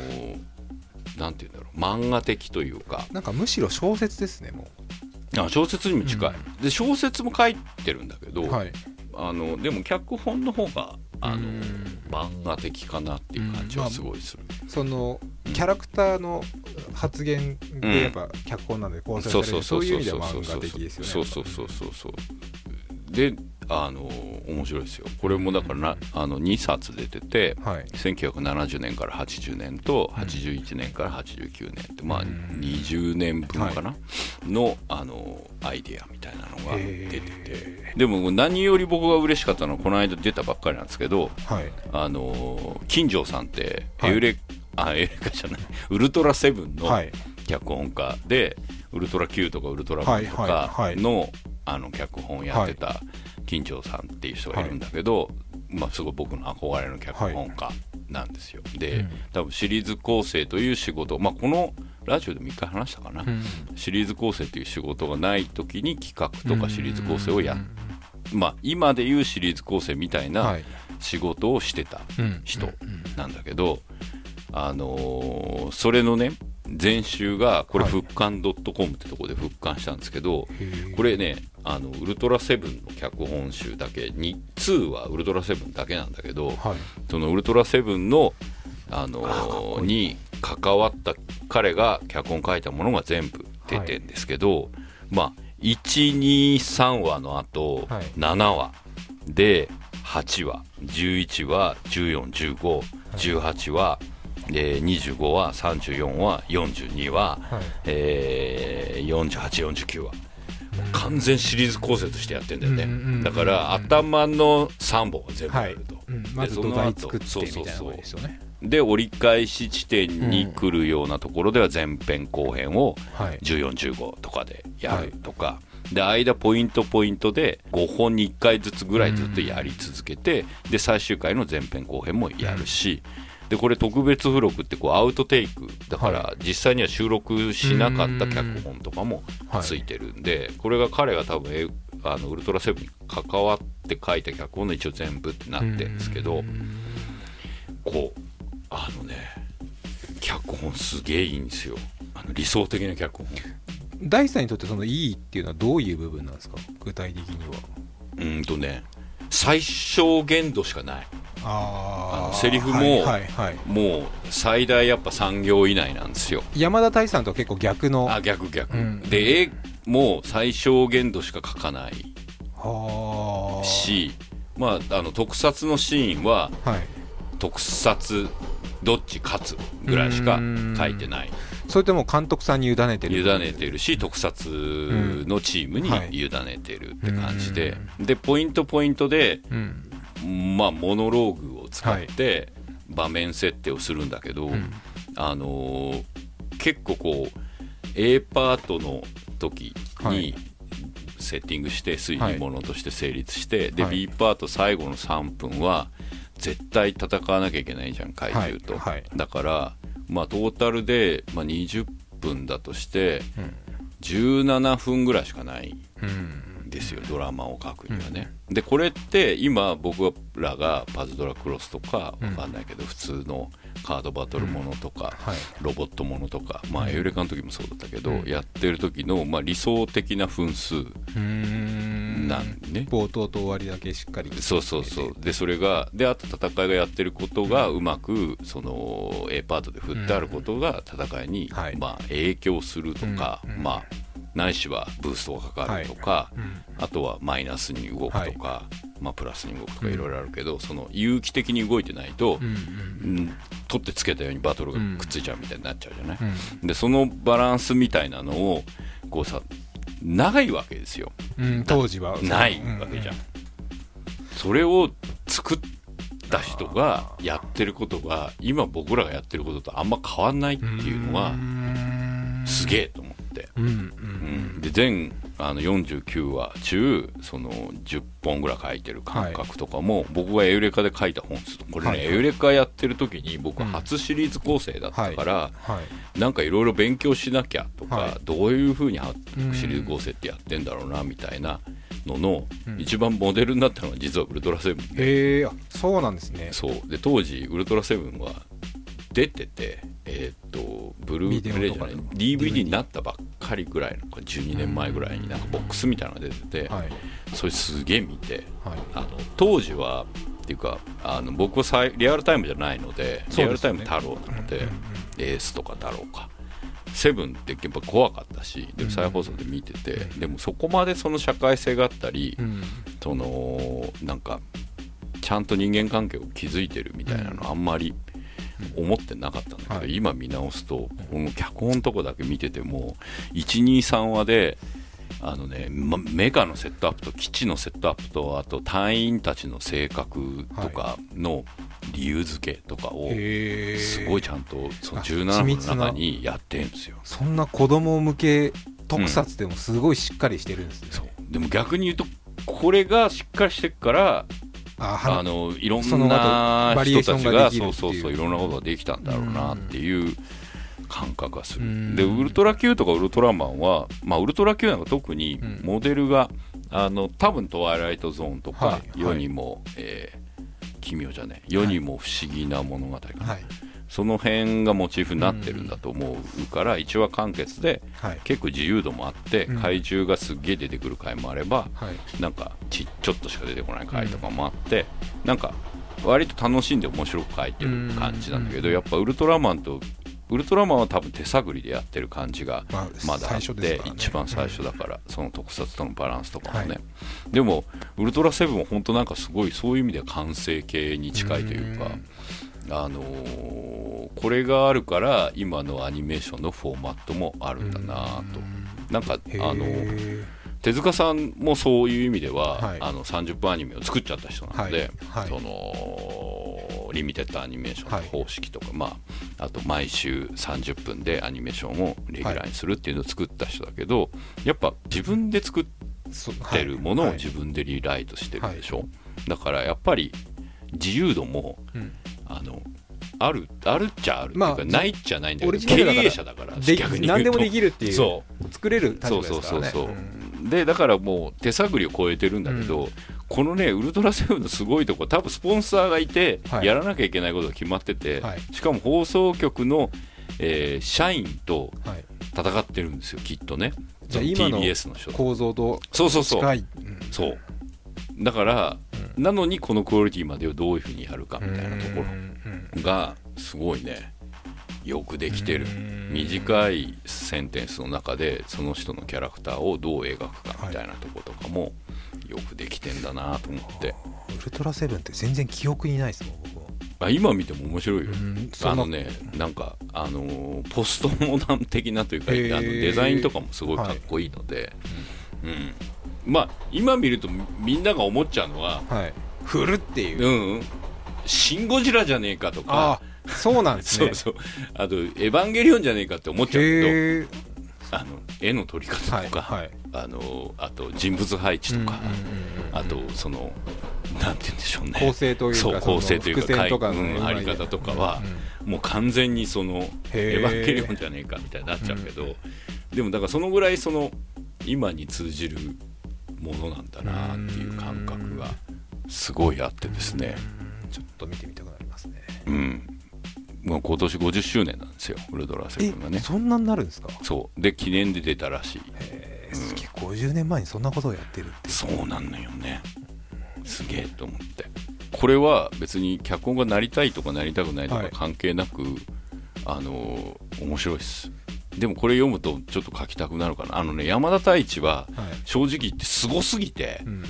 Speaker 2: なんて言うんだろう漫画的というか
Speaker 3: なんかむしろ小説ですねも
Speaker 2: あ小説にも近い、で小説も書いてるんだけど、
Speaker 3: うはい
Speaker 2: あのでも脚本の方があの、
Speaker 3: うん
Speaker 2: 漫画的かなっていう感じはすごいする、
Speaker 3: そのキャラクターの発言でやっぱ脚本なんで構成さ
Speaker 2: そ
Speaker 3: れ
Speaker 2: う
Speaker 3: る、
Speaker 2: そうそ
Speaker 3: そうういう
Speaker 2: そ
Speaker 3: 意
Speaker 2: うそう
Speaker 3: 味では
Speaker 2: そう
Speaker 3: 漫
Speaker 2: そ
Speaker 3: 画
Speaker 2: う
Speaker 3: 的ですよね
Speaker 2: そうそうそうそうそうであの面白いですよこれもだからなあの2冊出てて
Speaker 3: はい
Speaker 2: 1970年から80年と81年から89年って、まあ
Speaker 3: うん
Speaker 2: 20年分かな、のあのアイディアみたいなのが出てて
Speaker 3: へ
Speaker 2: でも何より僕が嬉しかったのはこの間出たばっかりなんですけど
Speaker 3: ーはい
Speaker 2: あの金城さんって
Speaker 3: はい
Speaker 2: エウレ,、あエウレカじゃないウルトラセブンの、
Speaker 3: はい
Speaker 2: 脚本家でウルトラ Q とかウルトラマンとか
Speaker 3: はいはいはい
Speaker 2: のあの脚本やってた金城さんっていう人がいるんだけど、まあ、すごい僕の憧れの脚本家なんですよ。で、
Speaker 3: うん
Speaker 2: 多分シリーズ構成という仕事、まあ、このラジオでも一回話したかな、シリーズ構成という仕事がない時に企画とかシリーズ構成をやっまあ、今でいうシリーズ構成みたいな
Speaker 3: はい
Speaker 2: 仕事をしてた
Speaker 3: うん
Speaker 2: 人
Speaker 3: うんうん
Speaker 2: なんだけど、あのーそれのね前週がこれ
Speaker 3: はい
Speaker 2: 復刊 .com ってとこで復刊したんですけど、
Speaker 3: へー
Speaker 2: これねあのウルトラセブンの脚本集だけに2はウルトラセブンだけなんだけど、
Speaker 3: はい
Speaker 2: そのウルトラセブンの、あのーに関わった彼が脚本書いたものが全部出てんですけど、まあ123話のあと
Speaker 3: はい
Speaker 2: 7話で8話11話141518話、えー25話34話42話、
Speaker 3: はい
Speaker 2: えー、4849話完全シリーズ構成としてやってんだよ
Speaker 3: うんうんうんう
Speaker 2: ね
Speaker 3: ん
Speaker 2: だから頭の3本は全部
Speaker 3: は
Speaker 2: や
Speaker 3: い
Speaker 2: ると、
Speaker 3: うん
Speaker 2: で
Speaker 3: まず
Speaker 2: そ
Speaker 3: 土
Speaker 2: の
Speaker 3: 台
Speaker 2: 後
Speaker 3: 作ってみたいな
Speaker 2: そうそう
Speaker 3: 感じ
Speaker 2: そう
Speaker 3: ですよね
Speaker 2: で折り返し地点に来るようなところでは前編後編を
Speaker 3: はい
Speaker 2: 1415とかでやるとか、で間ポイントポイントで5本に1回ずつぐらいずっとやり続けて、で最終回の前編後編もやるし、でこれ特別付録ってこうアウトテイクだから実際には収録しなかった脚本とかもついてるんで、これが彼が多分えあのウルトラセブンに関わって書いた脚本の一応全部ってなってるんですけど。こうあのね脚本すげえいいんですよあの理想的な脚本
Speaker 3: 大地さんにとってそのいいっていうのはどういう部分なんですか具体的には
Speaker 2: うーんとね最小限度しかない
Speaker 3: あ
Speaker 2: あの
Speaker 3: あ
Speaker 2: セリフも
Speaker 3: はいはいはい
Speaker 2: もう最大やっぱ3行以内なんですよ
Speaker 3: 山田大地さんとは結構逆の
Speaker 2: あ逆逆、
Speaker 3: うん
Speaker 2: で絵も最小限度しか書かない
Speaker 3: はあ
Speaker 2: し、まあ、あの特撮のシーンは
Speaker 3: はい
Speaker 2: 特撮どっち勝つぐらいしか書いてない
Speaker 3: それとも監督さんに委ねて
Speaker 2: 委
Speaker 3: る
Speaker 2: ねてるし特撮のチームに委ねてるって感じで、でポイントポイントで、
Speaker 3: うん
Speaker 2: まあ、モノローグを使って場面設定をするんだけど、あのー結構こう A パートの時
Speaker 3: はい
Speaker 2: にセッティングして推
Speaker 3: はい
Speaker 2: 理ものとして成立して、で
Speaker 3: は
Speaker 2: B
Speaker 3: い
Speaker 2: パート最後の3分は絶対戦わなきゃいけないじゃん怪獣と、
Speaker 3: はいはい
Speaker 2: だから、まあ、トータルで、まあ、20分だとして17分ぐらいしかない
Speaker 3: うん
Speaker 2: ですよドラマを書くにはね、でこれって今僕らがパズドラクロスとかわかんないけど、普通のカードバトルものとか、
Speaker 3: はい
Speaker 2: ロボットものとか、まあ、エウレカの時もそうだったけど、やってる時の、まあ、理想的な分数
Speaker 3: うーん
Speaker 2: なんね、
Speaker 3: 冒頭と終わりだけしっかり
Speaker 2: そうそうそうでそれがであと戦いがやってることがうまくその A パートで振ってあることが戦いに、
Speaker 3: はい
Speaker 2: まあ、影響するとか、まあないしはブーストがかかるとか、あとはマイナスに動くとか、まあ、プラスに動くとかいろいろあるけど、その有機的に動いてないと、うん取ってつけたようにバトルがくっついちゃうみたいになっちゃうじゃない、でそのバランスみたいなのをこうさないわけですよ。
Speaker 3: うん当時は
Speaker 2: ないわけじゃん、それを作った人がやってることが今僕らがやってることとあんま変わんないっていうのはすげえと思って、
Speaker 3: うん
Speaker 2: うんで全あの49話中その10本ぐらい書いてる感覚とかも、僕がエウレカで書いた本数これね、
Speaker 3: はい
Speaker 2: エウレカやってる時に僕初シリーズ構成だったから、
Speaker 3: はい
Speaker 2: なんかいろいろ勉強しなきゃとか、
Speaker 3: はい
Speaker 2: どういうふうにシリーズ構成ってやってんだろうなみたいなのの、一番モデルになったのは実はウルトラセブン
Speaker 3: へえあそうなんですね
Speaker 2: そうで当時ウルトラセブンは出ててえーっとブル
Speaker 3: ビデオ
Speaker 2: ー
Speaker 3: と
Speaker 2: プ
Speaker 3: か
Speaker 2: レ
Speaker 3: で
Speaker 2: イじゃない DVD になったばっかりぐらいのこれ12年前ぐらいになんかボックスみたいなのが出てて、
Speaker 3: はい
Speaker 2: それすげえ見て、
Speaker 3: はい
Speaker 2: あの当時はっていうかあの僕はさいリアルタイムじゃないので
Speaker 3: そ
Speaker 2: リ
Speaker 3: う
Speaker 2: ア
Speaker 3: で
Speaker 2: ル
Speaker 3: す
Speaker 2: タ
Speaker 3: よ
Speaker 2: イ
Speaker 3: ね
Speaker 2: ム太郎なので、エースとか太郎か。セブンってやっぱ怖かったしでも再放送で見てて、でもそこまでその社会性があったり、
Speaker 3: うん
Speaker 2: そのなんかちゃんと人間関係を築いてるみたいなのあんまり思ってなかったんだけど、
Speaker 3: はい
Speaker 2: 今見直すとこの脚本のとこだけ見てても123話であのね、まメカのセットアップと基地のセットアップとあと隊員たちの性格とかの理由付けとかを
Speaker 3: へえ
Speaker 2: すごいちゃんとその
Speaker 3: あ
Speaker 2: 17
Speaker 3: 緻
Speaker 2: 分
Speaker 3: 密な
Speaker 2: の中にやってるんですよ。
Speaker 3: そんな子供向け特撮でもすごいしっかりしてるんですね、
Speaker 2: そうでも逆に言うとこれがしっかりしてるから
Speaker 3: あは
Speaker 2: あのいろ
Speaker 3: その
Speaker 2: ん
Speaker 3: 後
Speaker 2: な
Speaker 3: バリエー
Speaker 2: 人
Speaker 3: ショ
Speaker 2: た
Speaker 3: ン
Speaker 2: ち
Speaker 3: が
Speaker 2: が
Speaker 3: できる
Speaker 2: そ
Speaker 3: ってい
Speaker 2: う
Speaker 3: う
Speaker 2: そうそういろんなことができたんだろうなっていう感覚がする、
Speaker 3: うん
Speaker 2: でウルトラ Q とかウルトラマンは、まあ、ウルトラ Q なんか特に
Speaker 3: うん
Speaker 2: モデルが、あの多分「トワイライトゾーン」とか、
Speaker 3: はいはい
Speaker 2: 世にも、えー奇妙じゃねえ世にも不思議な物語かな、
Speaker 3: はい
Speaker 2: その辺がモチーフになってるんだと思うから一話完結で
Speaker 3: はい
Speaker 2: 結構自由度もあって
Speaker 3: うん
Speaker 2: 怪獣がすっげえ出てくる回もあれば、
Speaker 3: はい
Speaker 2: なんかちちょっとしか出てこない回とかもあって、なんか割と楽しんで面白く書いてる感じなんだけど、やっぱウルトラマンとウルトラマンは多分手探りでやってる感じが
Speaker 3: まあ
Speaker 2: まだあ
Speaker 3: 最
Speaker 2: っ
Speaker 3: 初
Speaker 2: て、
Speaker 3: ですからね
Speaker 2: 一番最初だから、その特撮とのバランスとかもね、
Speaker 3: はい
Speaker 2: でもウルトラセブンは本当なんかすごいそういう意味では完成形に近いというか。あのーこれがあるから今のアニメーションのフォーマットもあるんだなとなんかあ
Speaker 3: へえ
Speaker 2: の手塚さんもそういう意味では、
Speaker 3: はい
Speaker 2: あの30分アニメを作っちゃった人なので、
Speaker 3: はいはい
Speaker 2: そのリミテッドアニメーションの方式とか、まあ、あと毎週30分でアニメーションをレギュラーにするっていうのを作った人だけど、やっぱ自分で作っ
Speaker 3: そう
Speaker 2: てるもの
Speaker 3: は
Speaker 2: を
Speaker 3: い
Speaker 2: 自分でリライトしてるでしょ、だからやっぱり自由度も
Speaker 3: うん
Speaker 2: あのあるあるっちゃあるっていう
Speaker 3: まあ
Speaker 2: か、ないっちゃないんだけ
Speaker 3: オリ
Speaker 2: ど
Speaker 3: ジナ
Speaker 2: 経
Speaker 3: ルだから
Speaker 2: 営者だから
Speaker 3: で
Speaker 2: 逆に言うと
Speaker 3: 何でもできるっていう
Speaker 2: そう
Speaker 3: 作れる立
Speaker 2: そ
Speaker 3: 場
Speaker 2: う
Speaker 3: で
Speaker 2: そう
Speaker 3: す
Speaker 2: そ
Speaker 3: から
Speaker 2: う
Speaker 3: ね
Speaker 2: そう、
Speaker 3: ん
Speaker 2: でだからもう手探りを超えてるんだけど、このねウルトラセブンのすごいとこ多分スポンサーがいて、
Speaker 3: はい
Speaker 2: やらなきゃいけないことが決まってて、
Speaker 3: はい
Speaker 2: しかも放送局の、えー社員と
Speaker 3: はい
Speaker 2: 戦ってるんですよきっとね
Speaker 3: じ
Speaker 2: そ
Speaker 3: ゃあ
Speaker 2: の
Speaker 3: 今の
Speaker 2: TBS の人と
Speaker 3: 構造と
Speaker 2: そうそうそう
Speaker 3: 近いうん
Speaker 2: そうだから、なのにこのクオリティまでをどういうふうにやるかみたいなとこ
Speaker 3: うんうん
Speaker 2: ろがすごいねよくできてる短いセンテンスの中でその人のキャラクターをどう描くかみたいなとことかもよくできてんだなと思って、
Speaker 3: ウルトラセブンって全然記憶にないですもん僕は
Speaker 2: あ今見ても面白いよ、
Speaker 3: んそんな
Speaker 2: あのねなんか、あのーポストモダン的なというか、
Speaker 3: へー
Speaker 2: あのデザインとかもすごいかっこいいので、うんまあ今見るとみみんなが思っちゃうのは、
Speaker 3: はい振るっていううん
Speaker 2: うん、シン・ゴジラじゃねえかと
Speaker 3: あ
Speaker 2: か、
Speaker 3: あそうなんです
Speaker 2: そ
Speaker 3: ね
Speaker 2: うそう、あと、エヴァンゲリオンじゃねえかって思っちゃうけ
Speaker 3: へえ
Speaker 2: ど、あの絵の撮り方とか、
Speaker 3: はいはい
Speaker 2: あのあと人物配置とか、
Speaker 3: うんうんうんうん
Speaker 2: あと、その、なんて言うんでしょうね、
Speaker 3: 構成というか
Speaker 2: そう
Speaker 3: その
Speaker 2: 構成という
Speaker 3: 伏線
Speaker 2: か、
Speaker 3: とかの
Speaker 2: うん
Speaker 3: うま
Speaker 2: あ
Speaker 3: いね
Speaker 2: り方とかは
Speaker 3: うん、
Speaker 2: もう完全にその、
Speaker 3: へー
Speaker 2: エヴァンゲリオンじゃねえかみたいになっちゃうけど、でも、だからそのぐらい、その、今に通じるものなんだなっていう感覚が、すごいあってですね。
Speaker 3: ちょっと見てみたくなりますね
Speaker 2: うん、まあ今年50周年なんですよ、ウルトラセブンが
Speaker 3: え
Speaker 2: ね。
Speaker 3: そんなになるんですか
Speaker 2: そうで記念で出たらしい、
Speaker 3: えーすげえ50年前にそんなことをやってるって
Speaker 2: そうなんのよね、すげえと思って、これは別に脚本がなりたいとかなりたくないと
Speaker 3: は
Speaker 2: か
Speaker 3: い
Speaker 2: 関係なく、あのー面白いです、でもこれ読むとちょっと書きたくなるかな、あのね山田太一は
Speaker 3: はい
Speaker 2: 正直言ってすごすぎて
Speaker 3: う、ん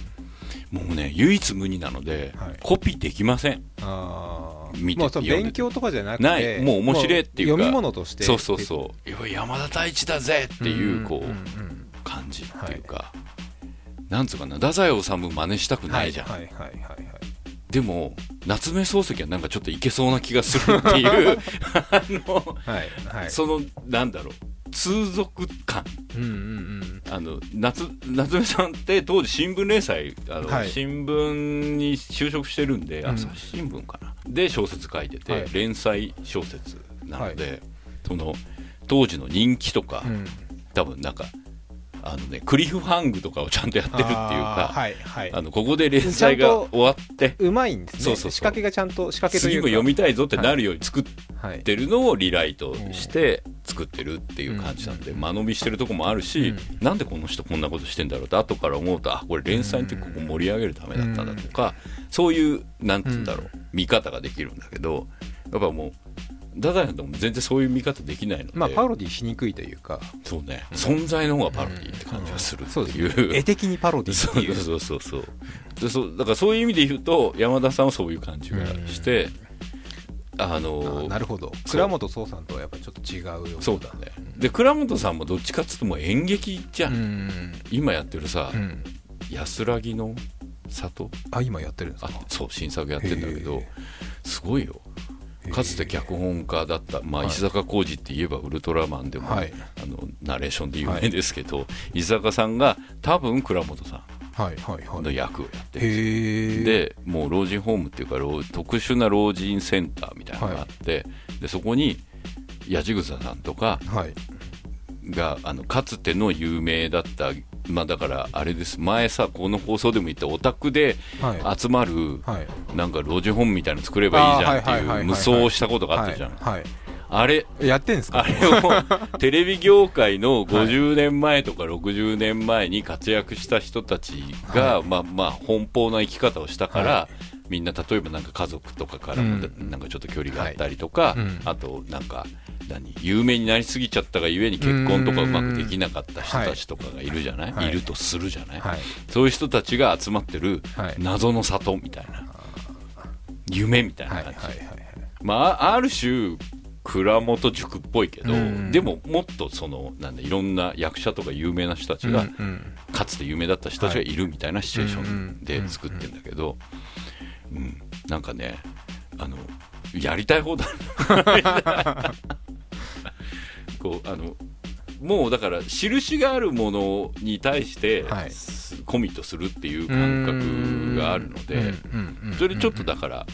Speaker 2: もうね唯一無二なので、
Speaker 3: はい
Speaker 2: コピーできません。
Speaker 3: ああ
Speaker 2: 見て
Speaker 3: もうその
Speaker 2: 読んで
Speaker 3: 勉強とかじゃなくて
Speaker 2: ないもう面白いっていうか
Speaker 3: も読み物として
Speaker 2: そうそうそういや山田太一だぜっていうこう、
Speaker 3: んん
Speaker 2: 感じっていうか、なんつうかな太宰治真似したく
Speaker 3: うん
Speaker 2: ないじゃん、
Speaker 3: はいはいはいはいはい
Speaker 2: でも夏目漱石はなんかちょっといけそうな気がするっていうあの、
Speaker 3: はいはい。
Speaker 2: そのなんだろう通俗感
Speaker 3: うんうんうん。
Speaker 2: あの夏夏目さんって当時新聞連載あの、
Speaker 3: はい
Speaker 2: 新聞に就職してるんで、
Speaker 3: ん
Speaker 2: 朝日新聞かなで小説書いてて、
Speaker 3: はい
Speaker 2: 連載小説なので、その当時の人気とか、
Speaker 3: うん、
Speaker 2: 多分なんかあのねクリフハングとかをちゃんとやってるっていう
Speaker 3: あ
Speaker 2: か
Speaker 3: ーはいはい。
Speaker 2: あのここで連載が終わって
Speaker 3: うまいんですね。
Speaker 2: そうそうそう
Speaker 3: 仕掛けがちゃんと仕掛けとい
Speaker 2: 次
Speaker 3: う
Speaker 2: も
Speaker 3: か。
Speaker 2: 読みたいぞってなるように作っ
Speaker 3: はい。
Speaker 2: てるのをリライトして作ってるっていう感じなんで間延びしてるとこもあるし、
Speaker 3: う
Speaker 2: なんでこの人こんなことしてんだろうって後から思うとあこれ連載ってここ盛り上げるためだったんだとか、そういうなんて言うんだろう、見方ができるんだけどやっぱもうダダイなんても全然そういう見方できないので、
Speaker 3: まあパロディしにくいというか。
Speaker 2: そうね存在の方がパロディって感じがするって
Speaker 3: そうです
Speaker 2: い
Speaker 3: ね
Speaker 2: う。。
Speaker 3: 絵的にパロディっ
Speaker 2: そ
Speaker 3: て
Speaker 2: う
Speaker 3: いう。
Speaker 2: そうそうそうでそうだからそういう意味で言うと山田さんはそういう感じがして、あ
Speaker 3: あ
Speaker 2: の
Speaker 3: ーなるほど。
Speaker 2: そう
Speaker 3: 倉本壮さんとはやっぱりちょっと違うよ。
Speaker 2: そうだねで倉本さんもどっちかっつうともう演劇じゃ、
Speaker 3: うんん。
Speaker 2: 今やってるさ
Speaker 3: う、ん。
Speaker 2: 安らぎの里
Speaker 3: あ、今やってるんです
Speaker 2: あ
Speaker 3: か。
Speaker 2: そう新作やってんだけど
Speaker 3: へ
Speaker 2: すごいよかつて脚本家だった、まあ、
Speaker 3: はい
Speaker 2: 石坂浩二って言えばウルトラマンでも、
Speaker 3: はい
Speaker 2: あのナレーションで有名ですけど、石坂さんが多分倉本さ
Speaker 3: はいはいは
Speaker 2: ん
Speaker 3: い。
Speaker 2: の役をやってる
Speaker 3: へえ。、
Speaker 2: でもう老人ホームっていうか老特殊な老人センターみたいなのがあって、でそこに矢口草さんとか
Speaker 3: はい。
Speaker 2: があのかつての有名だった、まあ、だからあれです前さこの放送でも言ったオタクで
Speaker 3: はい
Speaker 2: 集まる、
Speaker 3: はい。
Speaker 2: なんか老人ホームみたいなの作ればいいじゃんって
Speaker 3: あーはいはいはい
Speaker 2: い
Speaker 3: は
Speaker 2: う
Speaker 3: い
Speaker 2: 無双をしたことがあったじゃん、
Speaker 3: はい。はい
Speaker 2: あれ
Speaker 3: やってんです
Speaker 2: あ
Speaker 3: か。
Speaker 2: れをテレビ業界
Speaker 3: (laughs)
Speaker 2: の50年前とか60年前に活躍した人たちが、まあまあ奔放な生き方をしたから、みんな例えばなんか家族とかからも
Speaker 3: う
Speaker 2: なんかちょっと距離があったりとか、
Speaker 3: はいうん
Speaker 2: あとなんか何有名になりすぎちゃったがゆえに結婚とかうまくできなかった人たちとかがいるじゃない、
Speaker 3: はい
Speaker 2: い、るとするじゃない、
Speaker 3: はい。
Speaker 2: そういう人たちが集まってる
Speaker 3: はい
Speaker 2: 謎の里みたいな、夢みたいな
Speaker 3: はい
Speaker 2: 感
Speaker 3: はい
Speaker 2: じ、
Speaker 3: はいはい。
Speaker 2: まあ、ある種倉本塾っぽいけど、
Speaker 3: うん
Speaker 2: でももっとそのなんだいろんな役者とか有名な人たち
Speaker 3: うん
Speaker 2: が、
Speaker 3: うん。
Speaker 2: かつて有名だった人たちがいるみたいなシチュエーション
Speaker 3: う
Speaker 2: で
Speaker 3: ん
Speaker 2: 作ってんだけど、うん、なんかねあのやりたい放
Speaker 3: (laughs)
Speaker 2: 題こうあのもうだから印があるものに対して、
Speaker 3: はい
Speaker 2: コミットするっていう感覚があるので。
Speaker 3: うんうんうん
Speaker 2: それちょっとだから、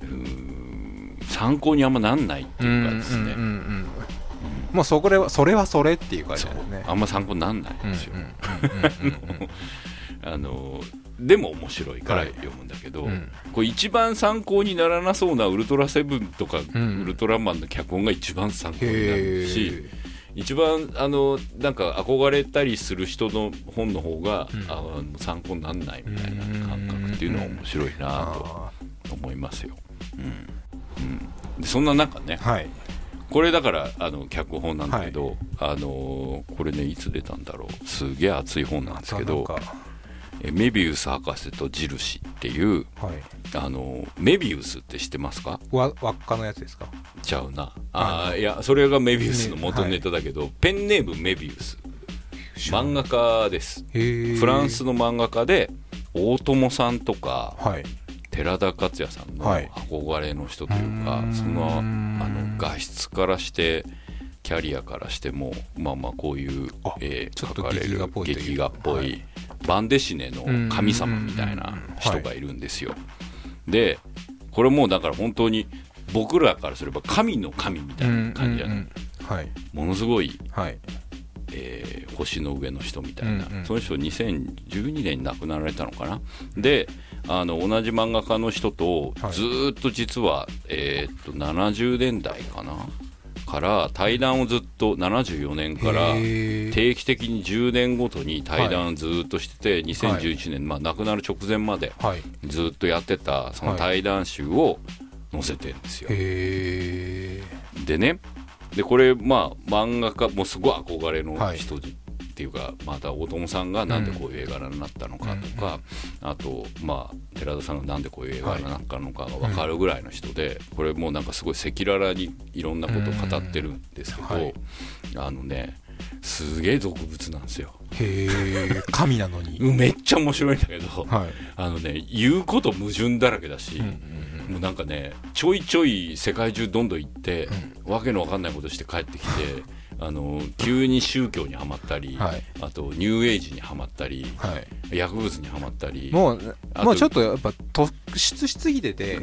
Speaker 2: うーん参考にあんまなんないっていうかですね、
Speaker 3: うんうんうんうんもうそこではそれはそれっていう感じ
Speaker 2: そう
Speaker 3: ですね
Speaker 2: あんま参考になんないん
Speaker 3: うんうん
Speaker 2: ですよ。 (laughs)
Speaker 3: うんうんうん
Speaker 2: あのでも面白いから
Speaker 3: はい
Speaker 2: 読むんだけど、
Speaker 3: うん
Speaker 2: これ一番参考にならなそうな「ウルトラセブン」とか、
Speaker 3: うん
Speaker 2: ウルトラマン」の脚本が一番参考にな
Speaker 3: へ
Speaker 2: る
Speaker 3: え
Speaker 2: し一番あのなんか憧れたりする人の本の方が、
Speaker 3: ん
Speaker 2: あの参考にならないみたいな感覚っていうのは面白いな
Speaker 3: あ
Speaker 2: と思いますよ。うんうんでそんな中ね、
Speaker 3: ーはい
Speaker 2: これだからあの脚本なんだけど、あのーこれねいつ出たんだろうすげえ熱い本なんですけど
Speaker 3: なんか
Speaker 2: えメビウス博士とジルシっていう
Speaker 3: はい
Speaker 2: あのーメビウスって知ってますか
Speaker 3: わ輪っかのやつですか
Speaker 2: ちゃうなあーいやそれがメビウスの元ネタだけど、ペンネームメビウス漫画家です
Speaker 3: へえ
Speaker 2: フランスの漫画家で大友さんとか
Speaker 3: はい
Speaker 2: 寺田克也さんの
Speaker 3: はい
Speaker 2: 憧れの人というか、
Speaker 3: うーん
Speaker 2: そのあの画質からしてキャリアからしてもまあまあこういう
Speaker 3: あ、
Speaker 2: えー
Speaker 3: ちょっと
Speaker 2: 描かれ
Speaker 3: 劇
Speaker 2: る
Speaker 3: 画っぽいというか
Speaker 2: 劇画っぽ
Speaker 3: はい
Speaker 2: バンデシネの神様みたいな人がいるんですよ。でこれもうだから本当に僕らからすれば神の神みたいな感じじゃない、
Speaker 3: うんうんうんはい
Speaker 2: ものすごい
Speaker 3: はい
Speaker 2: えー星の上の人みたいな、
Speaker 3: うんうん
Speaker 2: その人2012年に亡くなられたのかなであの同じ漫画家の人と
Speaker 3: はい
Speaker 2: ずーっと実は、えーっと70年代かなから対談をずっと74年から
Speaker 3: へー
Speaker 2: 定期的に10年ごとに対談をずーっとしてて、2011年、まあ、亡くなる直前まで
Speaker 3: はい
Speaker 2: ずーっとやってたその対談集を載せてるんですよ。
Speaker 3: へえ
Speaker 2: でねでこれまあ漫画家もうすごい憧れの人、っていうかまた大友さんがなんでこういう映画になったのかとか、あとまあ寺田さんがなんでこういう映画になったのかが分かるぐらいの人で、これもうなんかすごい赤裸々にいろんなことを語ってるんですけど、
Speaker 3: うんはい
Speaker 2: あのねすげえ俗物なんですよ。
Speaker 3: へえ神なのに
Speaker 2: めっちゃ面白いんだけど、
Speaker 3: はい
Speaker 2: あのね言うこと矛盾だらけだし、もうなんかねちょいちょい世界中どんどん行って、わけのわかんないことして帰ってきて (laughs) あの急に宗教にはまったり、
Speaker 3: はい
Speaker 2: あとニューエイジにはまったり、
Speaker 3: はい
Speaker 2: 薬物にはまったり
Speaker 3: もう
Speaker 2: あと
Speaker 3: もうちょっとやっぱ突出しすぎ
Speaker 2: (laughs)
Speaker 3: てて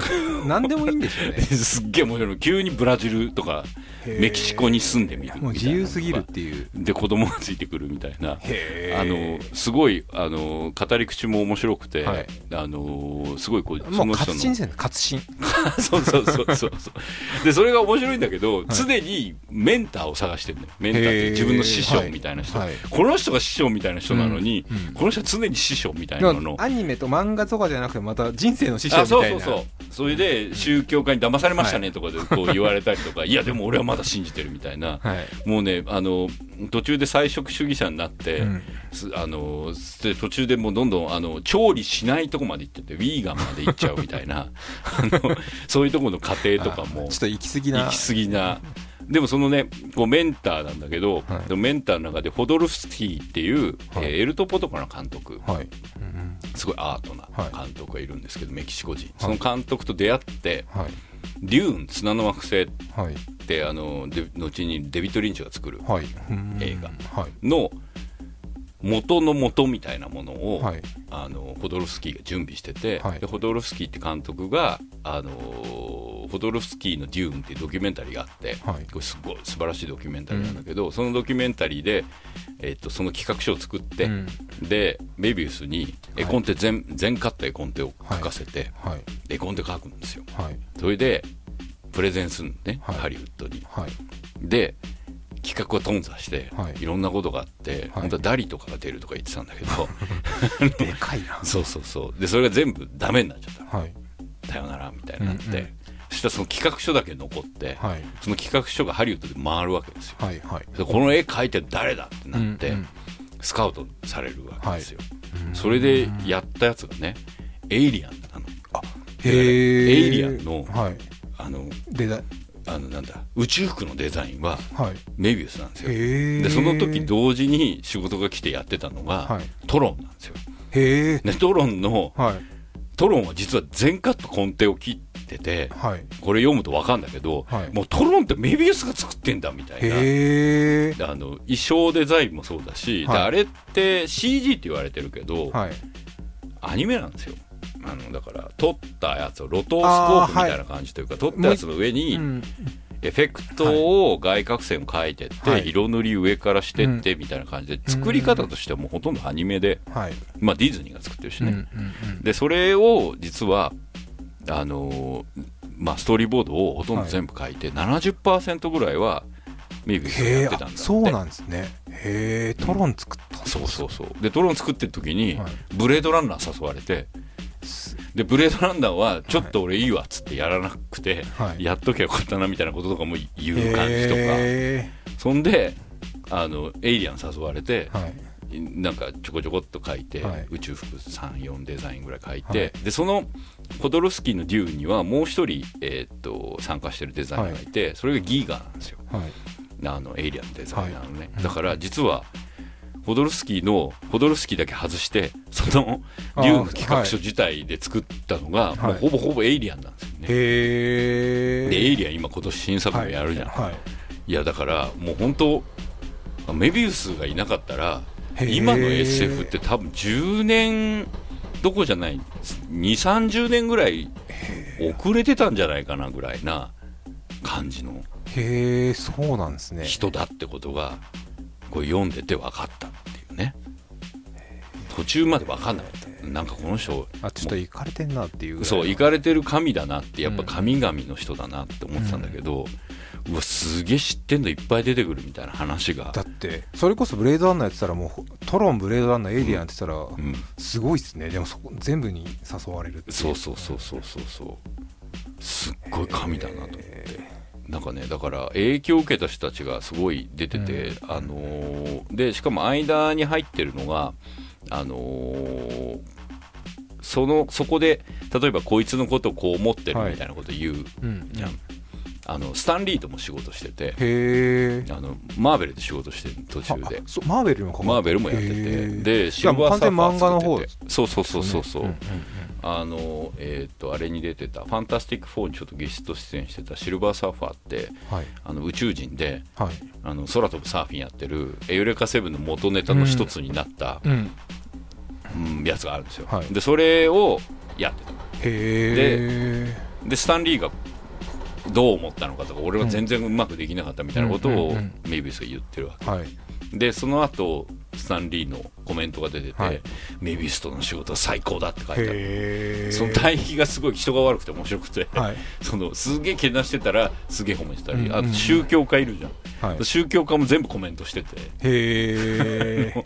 Speaker 3: 何でもいいんですよね
Speaker 2: すっげえ面白いの急にブラジルとか
Speaker 3: へ
Speaker 2: (laughs)
Speaker 3: ー
Speaker 2: メキシコに住んでみるみたいな
Speaker 3: もう自由すぎるっていう
Speaker 2: で子供がついてくるみたいな
Speaker 3: へ
Speaker 2: あのすごいあの語り口も面白くて、
Speaker 3: はい
Speaker 2: あのすごいこうそ
Speaker 3: もう
Speaker 2: の人
Speaker 3: 活
Speaker 2: の
Speaker 3: 心ですよね活心
Speaker 2: (laughs) そうそうそうそうそうでそれが面白いんだけど、常にメンターを探してるのよメンターって自分の師匠みたいな人、
Speaker 3: はいはい
Speaker 2: この人が師匠みたいな人なのに、
Speaker 3: うんうん
Speaker 2: この人は常に師匠みたい
Speaker 3: で
Speaker 2: なのの
Speaker 3: もアニメと漫画とかじゃなくてまた人生の師匠
Speaker 2: あ
Speaker 3: みたい
Speaker 2: そう
Speaker 3: な
Speaker 2: そうそうそれで宗教家に騙されましたねとかでこう言われたりとか、い、やでも俺はまだ信じてるみたいな、
Speaker 3: はい
Speaker 2: もうねあの途中で菜食主義者になって、
Speaker 3: うん
Speaker 2: すあので途中でもうどんどんあの調理しないとこまで行っててウィーガンまで行っちゃうみたいな (laughs) あのそういうとこの家庭とかも
Speaker 3: あちょっと行き過ぎな
Speaker 2: 行き過ぎな。でもそのね、こうメンターなんだけど、
Speaker 3: はい
Speaker 2: でもメンターの中でホドルフスキーっていう、
Speaker 3: はい
Speaker 2: えーエルトポとかの監督、
Speaker 3: はい、うん
Speaker 2: すごいアートな
Speaker 3: はい
Speaker 2: 監督がいるんですけど、メキシコ人、その監督と出会って、
Speaker 3: はい
Speaker 2: デューン砂の惑星っ
Speaker 3: はい
Speaker 2: てあので後にデビッド・リンチが作る
Speaker 3: はい
Speaker 2: 映
Speaker 3: 画はい
Speaker 2: の元の元みたいなものを、
Speaker 3: はい
Speaker 2: あのホドロフスキーが準備してて、
Speaker 3: はい
Speaker 2: でホドロフスキーって監督が、あのーホドロフスキーの「デューン」っていうドキュメンタリーがあって、
Speaker 3: はい
Speaker 2: これすごい素晴らしいドキュメンタリーなんだけど、そのドキュメンタリーで、えっとその企画書を作って、
Speaker 3: うん
Speaker 2: でメビウスに絵コンテ全,、全カット絵コンテを書かせて、
Speaker 3: はい
Speaker 2: 絵コンテ書くんですよ
Speaker 3: はい
Speaker 2: それでプレゼンするのね、
Speaker 3: はい
Speaker 2: ハリウッドに
Speaker 3: はい
Speaker 2: で企画を頓挫して、
Speaker 3: はい
Speaker 2: い、ろんなことがあって、
Speaker 3: はい
Speaker 2: 本当はダリとかが出るとか言ってたんだけど
Speaker 3: でかいな
Speaker 2: (laughs) そうそうそうでそれが全部ダメになっちゃったの
Speaker 3: はい
Speaker 2: さよならみたいになって、
Speaker 3: うんうん
Speaker 2: そしたらその企画書だけ残って、
Speaker 3: はい
Speaker 2: その企画書がハリウッドで回るわけですよ
Speaker 3: はいはい
Speaker 2: でこの絵描いて誰だってなって、
Speaker 3: うんうん
Speaker 2: スカウトされるわけですよ、それでやったやつがねエイリアンなの
Speaker 3: へ
Speaker 2: エイリアンの
Speaker 3: はい
Speaker 2: あの
Speaker 3: でだ
Speaker 2: あのなんだ宇宙服のデザインは
Speaker 3: はい
Speaker 2: メビウスなんですよ
Speaker 3: へえ
Speaker 2: でその時同時に仕事が来てやってたのが、
Speaker 3: はい
Speaker 2: トロンなんですよ
Speaker 3: へえ
Speaker 2: でトロンの
Speaker 3: はい
Speaker 2: トロンは実は全カット根底を切ってて
Speaker 3: はい
Speaker 2: これ読むと分かんだけど、
Speaker 3: はい
Speaker 2: もうトロンってメビウスが作ってんだみたいな
Speaker 3: へえ
Speaker 2: であの衣装デザインもそうだし、
Speaker 3: はい
Speaker 2: であれって CG って言われてるけど、
Speaker 3: はい
Speaker 2: アニメなんですよあのだから撮ったやつをロトスコープみたいな感じというか、撮ったやつの上に
Speaker 3: うん
Speaker 2: エフェクトを外角線を描いてって、
Speaker 3: はい
Speaker 2: 色塗り上からしてってみたいな感じで、作り方としてはもうほとんどアニメで、
Speaker 3: はい
Speaker 2: まあ、ディズニーが作ってるしね、
Speaker 3: うんうん
Speaker 2: でそれを実はあのーまあ、ストーリーボードをほとんど全部書いて、70%ぐらいはメイビウスが
Speaker 3: へえ
Speaker 2: やってたんだ
Speaker 3: あ
Speaker 2: って
Speaker 3: そうなんですねへえトロン作った
Speaker 2: そうそうそうでドローン作ってる時に
Speaker 3: はい
Speaker 2: ブレードランナー誘われて、でブレードランダーはちょっと俺いいわっつってやらなくて、
Speaker 3: はい
Speaker 2: やっときゃよかったなみたいなこととかも言う感じとか、
Speaker 4: え
Speaker 2: そんであのエイリアン誘われて、
Speaker 3: はい
Speaker 2: なんかちょこちょこっと書いて、
Speaker 3: はい
Speaker 2: 宇宙服34デザインぐらい書いて、でそのホドロフスキーの「デュー」にはもう一人、えーっと参加してるデザイナーがいて、それがギーガーなんですよ
Speaker 3: はい
Speaker 2: あのエイリアンのデザイナーのね、だから実はホドロフスキーのホドロフスキーだけ外してその「
Speaker 3: あー
Speaker 2: デュー」の企画書自体で作ったのが、もうほぼほぼエイリアンなんですよね。
Speaker 4: へ
Speaker 2: で
Speaker 4: え
Speaker 2: エイリアン今今年新作もやるじゃん、
Speaker 4: はい
Speaker 2: いやだからもう本当メビウスがいなかったら
Speaker 4: へー
Speaker 2: 今の SF って多分10年どこじゃない2三3 0年ぐらい遅れてたんじゃないかなぐらいな感じの
Speaker 3: へえそうなんですね
Speaker 2: 人だってことがこう読んでて分かったっていうね途中まで分かんなかったなんかこの人
Speaker 3: あちょっと行かれてんなっていうぐらい
Speaker 2: そう行かれてる神だなってやっぱ神々の人だなって思ってたんだけど、うわすげえ知ってんのいっぱい出てくるみたいな話が
Speaker 3: だってそれこそブレードランナーやってたらもうほトロンブレードランナーエイリアンやってたら、
Speaker 2: ん
Speaker 3: すごいっすねでもそこ全部に誘われるっていう
Speaker 2: そうそうそうそうそうそうすっごい神だなと思ってなんかねだから影響を受けた人たちがすごい出てて、あのーでしかも間に入ってるのがあのーそのそこで例えばこいつのことをこう思ってるみたいなこと言う、
Speaker 3: うん
Speaker 2: じゃんあのスタンリーとも仕事してて
Speaker 3: へえ
Speaker 2: あのマーベルで仕事してる途中で
Speaker 3: そうマーベルにも関わ
Speaker 2: マー
Speaker 3: って
Speaker 2: ベルもやって
Speaker 3: へ
Speaker 2: て
Speaker 3: ー
Speaker 2: でシルバーサーファー
Speaker 3: 完全漫画の
Speaker 2: 作
Speaker 3: 方
Speaker 2: って
Speaker 3: で
Speaker 2: てそうそうそうそうそう、
Speaker 3: うんうん
Speaker 2: あのえっ、とあれに出てた「ファンタスティック4」にちょっとゲスト出演してたシルバーサーファーって
Speaker 3: はい
Speaker 2: あの宇宙人で
Speaker 3: はい
Speaker 2: あの空飛ぶサーフィンやってるエウレカセブンの元ネタの一つになった、
Speaker 3: うん
Speaker 2: うんやつがあるんですよ、
Speaker 3: はい
Speaker 2: でそれをやってた
Speaker 3: へえ
Speaker 2: でスタンリーがどう思ったのかとか俺は全然うまくできなかったみたいなこと
Speaker 3: うん
Speaker 2: を
Speaker 3: うんうん
Speaker 2: メイビウスが言ってるわけ
Speaker 3: はい
Speaker 2: でその後スタンリーのコメントが出てて、
Speaker 3: はい
Speaker 2: メビウスとの仕事は最高だって書いてある
Speaker 3: へえ
Speaker 2: その対比がすごい人が悪くて面白くて、
Speaker 3: はい
Speaker 2: そのすげえけなしてたらすげえ褒めてたり、
Speaker 3: うんうん
Speaker 2: あと宗教家いるじゃん、
Speaker 3: はい
Speaker 2: 宗教家も全部コメントしてて
Speaker 3: へ
Speaker 2: (laughs)
Speaker 3: え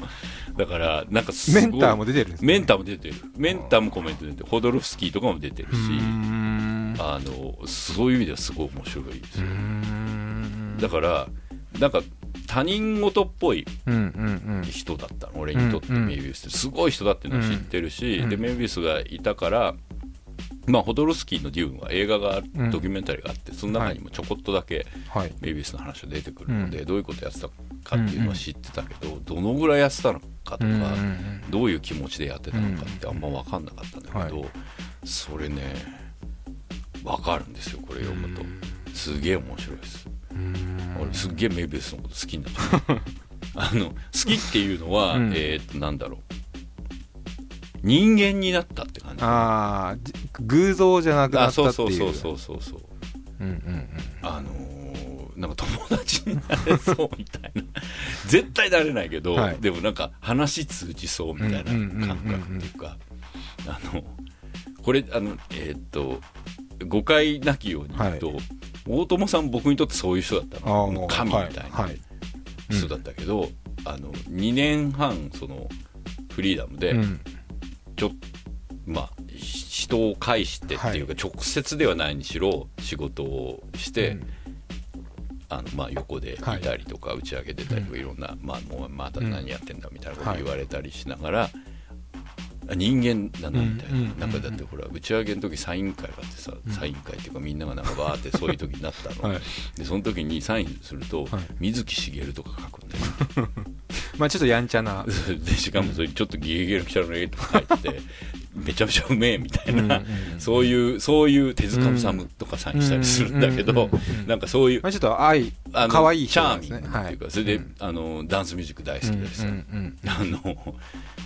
Speaker 2: だからなんかすご
Speaker 3: メ
Speaker 2: い
Speaker 3: ンターも出てるんですね
Speaker 2: メンターも出てるメンターもコメント出てるホドロフスキーとかも出てるしあのそういう意味ではすごい面白いですよだからなんか他人事っぽい
Speaker 3: うんうん
Speaker 2: 人だったの俺にとって
Speaker 3: うんうん
Speaker 2: メイビウスってすごい人だっていうのを知ってるし、でメイビウスがいたから、まあ、ホドロフスキーの「デューン」は映画がある
Speaker 3: うん
Speaker 2: ドキュメンタリーがあってその中にもちょこっとだけ
Speaker 3: はい
Speaker 2: メイビウスの話が出てくるので、どういうことやってたかっていうのは知ってたけど、どのぐらいやってたのかとか、
Speaker 3: うんうんうん
Speaker 2: どういう気持ちでやってたのかってあんま分かんなかったんだけど、
Speaker 3: は
Speaker 2: それね分かるんですよこれ読むと、すげえ面白いです俺すっげえメイビウスのこと好きになっち
Speaker 3: (laughs)
Speaker 2: ゃうあの好きっていうのは、
Speaker 3: うん
Speaker 2: えーっとなんだろう人間になったって感じ
Speaker 3: ああ偶像じゃなくな
Speaker 2: あ
Speaker 3: った
Speaker 2: そ
Speaker 3: っ
Speaker 2: う
Speaker 3: てい
Speaker 2: そう
Speaker 3: う
Speaker 2: そうそうそうそう
Speaker 3: うんうん
Speaker 2: あのーなんか友達になれそうみたいな (laughs) 絶対なれないけど、
Speaker 3: はい
Speaker 2: でもなんか話通じそうみたいな
Speaker 3: うんうんうんうんうん
Speaker 2: 感覚っていうかあのこれあのえーっと誤解なきように言うと、大友さん僕にとってそういう人だった
Speaker 3: あ
Speaker 2: の
Speaker 3: ー
Speaker 2: もう神み
Speaker 3: はい
Speaker 2: たい
Speaker 3: は
Speaker 2: ない人だったけど、あの2年半そのフリーダムで、
Speaker 3: うんうん
Speaker 2: ちょまあひ人を介してっていうか、直接ではないにしろ仕事をして、
Speaker 3: うん
Speaker 2: あのまあ、横でいたりとか打ち上げてたりとかいろんな、まあ、もうまた何やってんだみたいなこと
Speaker 3: はい
Speaker 2: 言われたりしながら、あ人間だなみたいな,、
Speaker 3: うんうん
Speaker 2: なんかだってほら打ち上げの時サイン会があってさ、サイン会っていうかみんながなんかバーってそういう時になったの、
Speaker 3: (laughs) はい
Speaker 2: でその時にサインすると、
Speaker 3: はい
Speaker 2: 水木しげるとか書くんだよ
Speaker 3: まあちょっとやんちゃ
Speaker 2: (laughs)
Speaker 3: な
Speaker 2: でしかもそれちょっとゲゲゲの鬼太郎の絵とか入って
Speaker 3: (laughs)
Speaker 2: てめちゃめちゃうめえみたいな、そういうそういう手塚治虫とかサインしたりするんだけど、なんかそういう
Speaker 3: まあちょっと愛
Speaker 2: あの
Speaker 3: 可愛い
Speaker 2: チ
Speaker 3: 人
Speaker 2: ャ
Speaker 3: なん
Speaker 2: ーミ
Speaker 3: ですね
Speaker 2: ングっていうか、それで、あのダンスミュージック大好きです、
Speaker 3: うんうん
Speaker 2: あの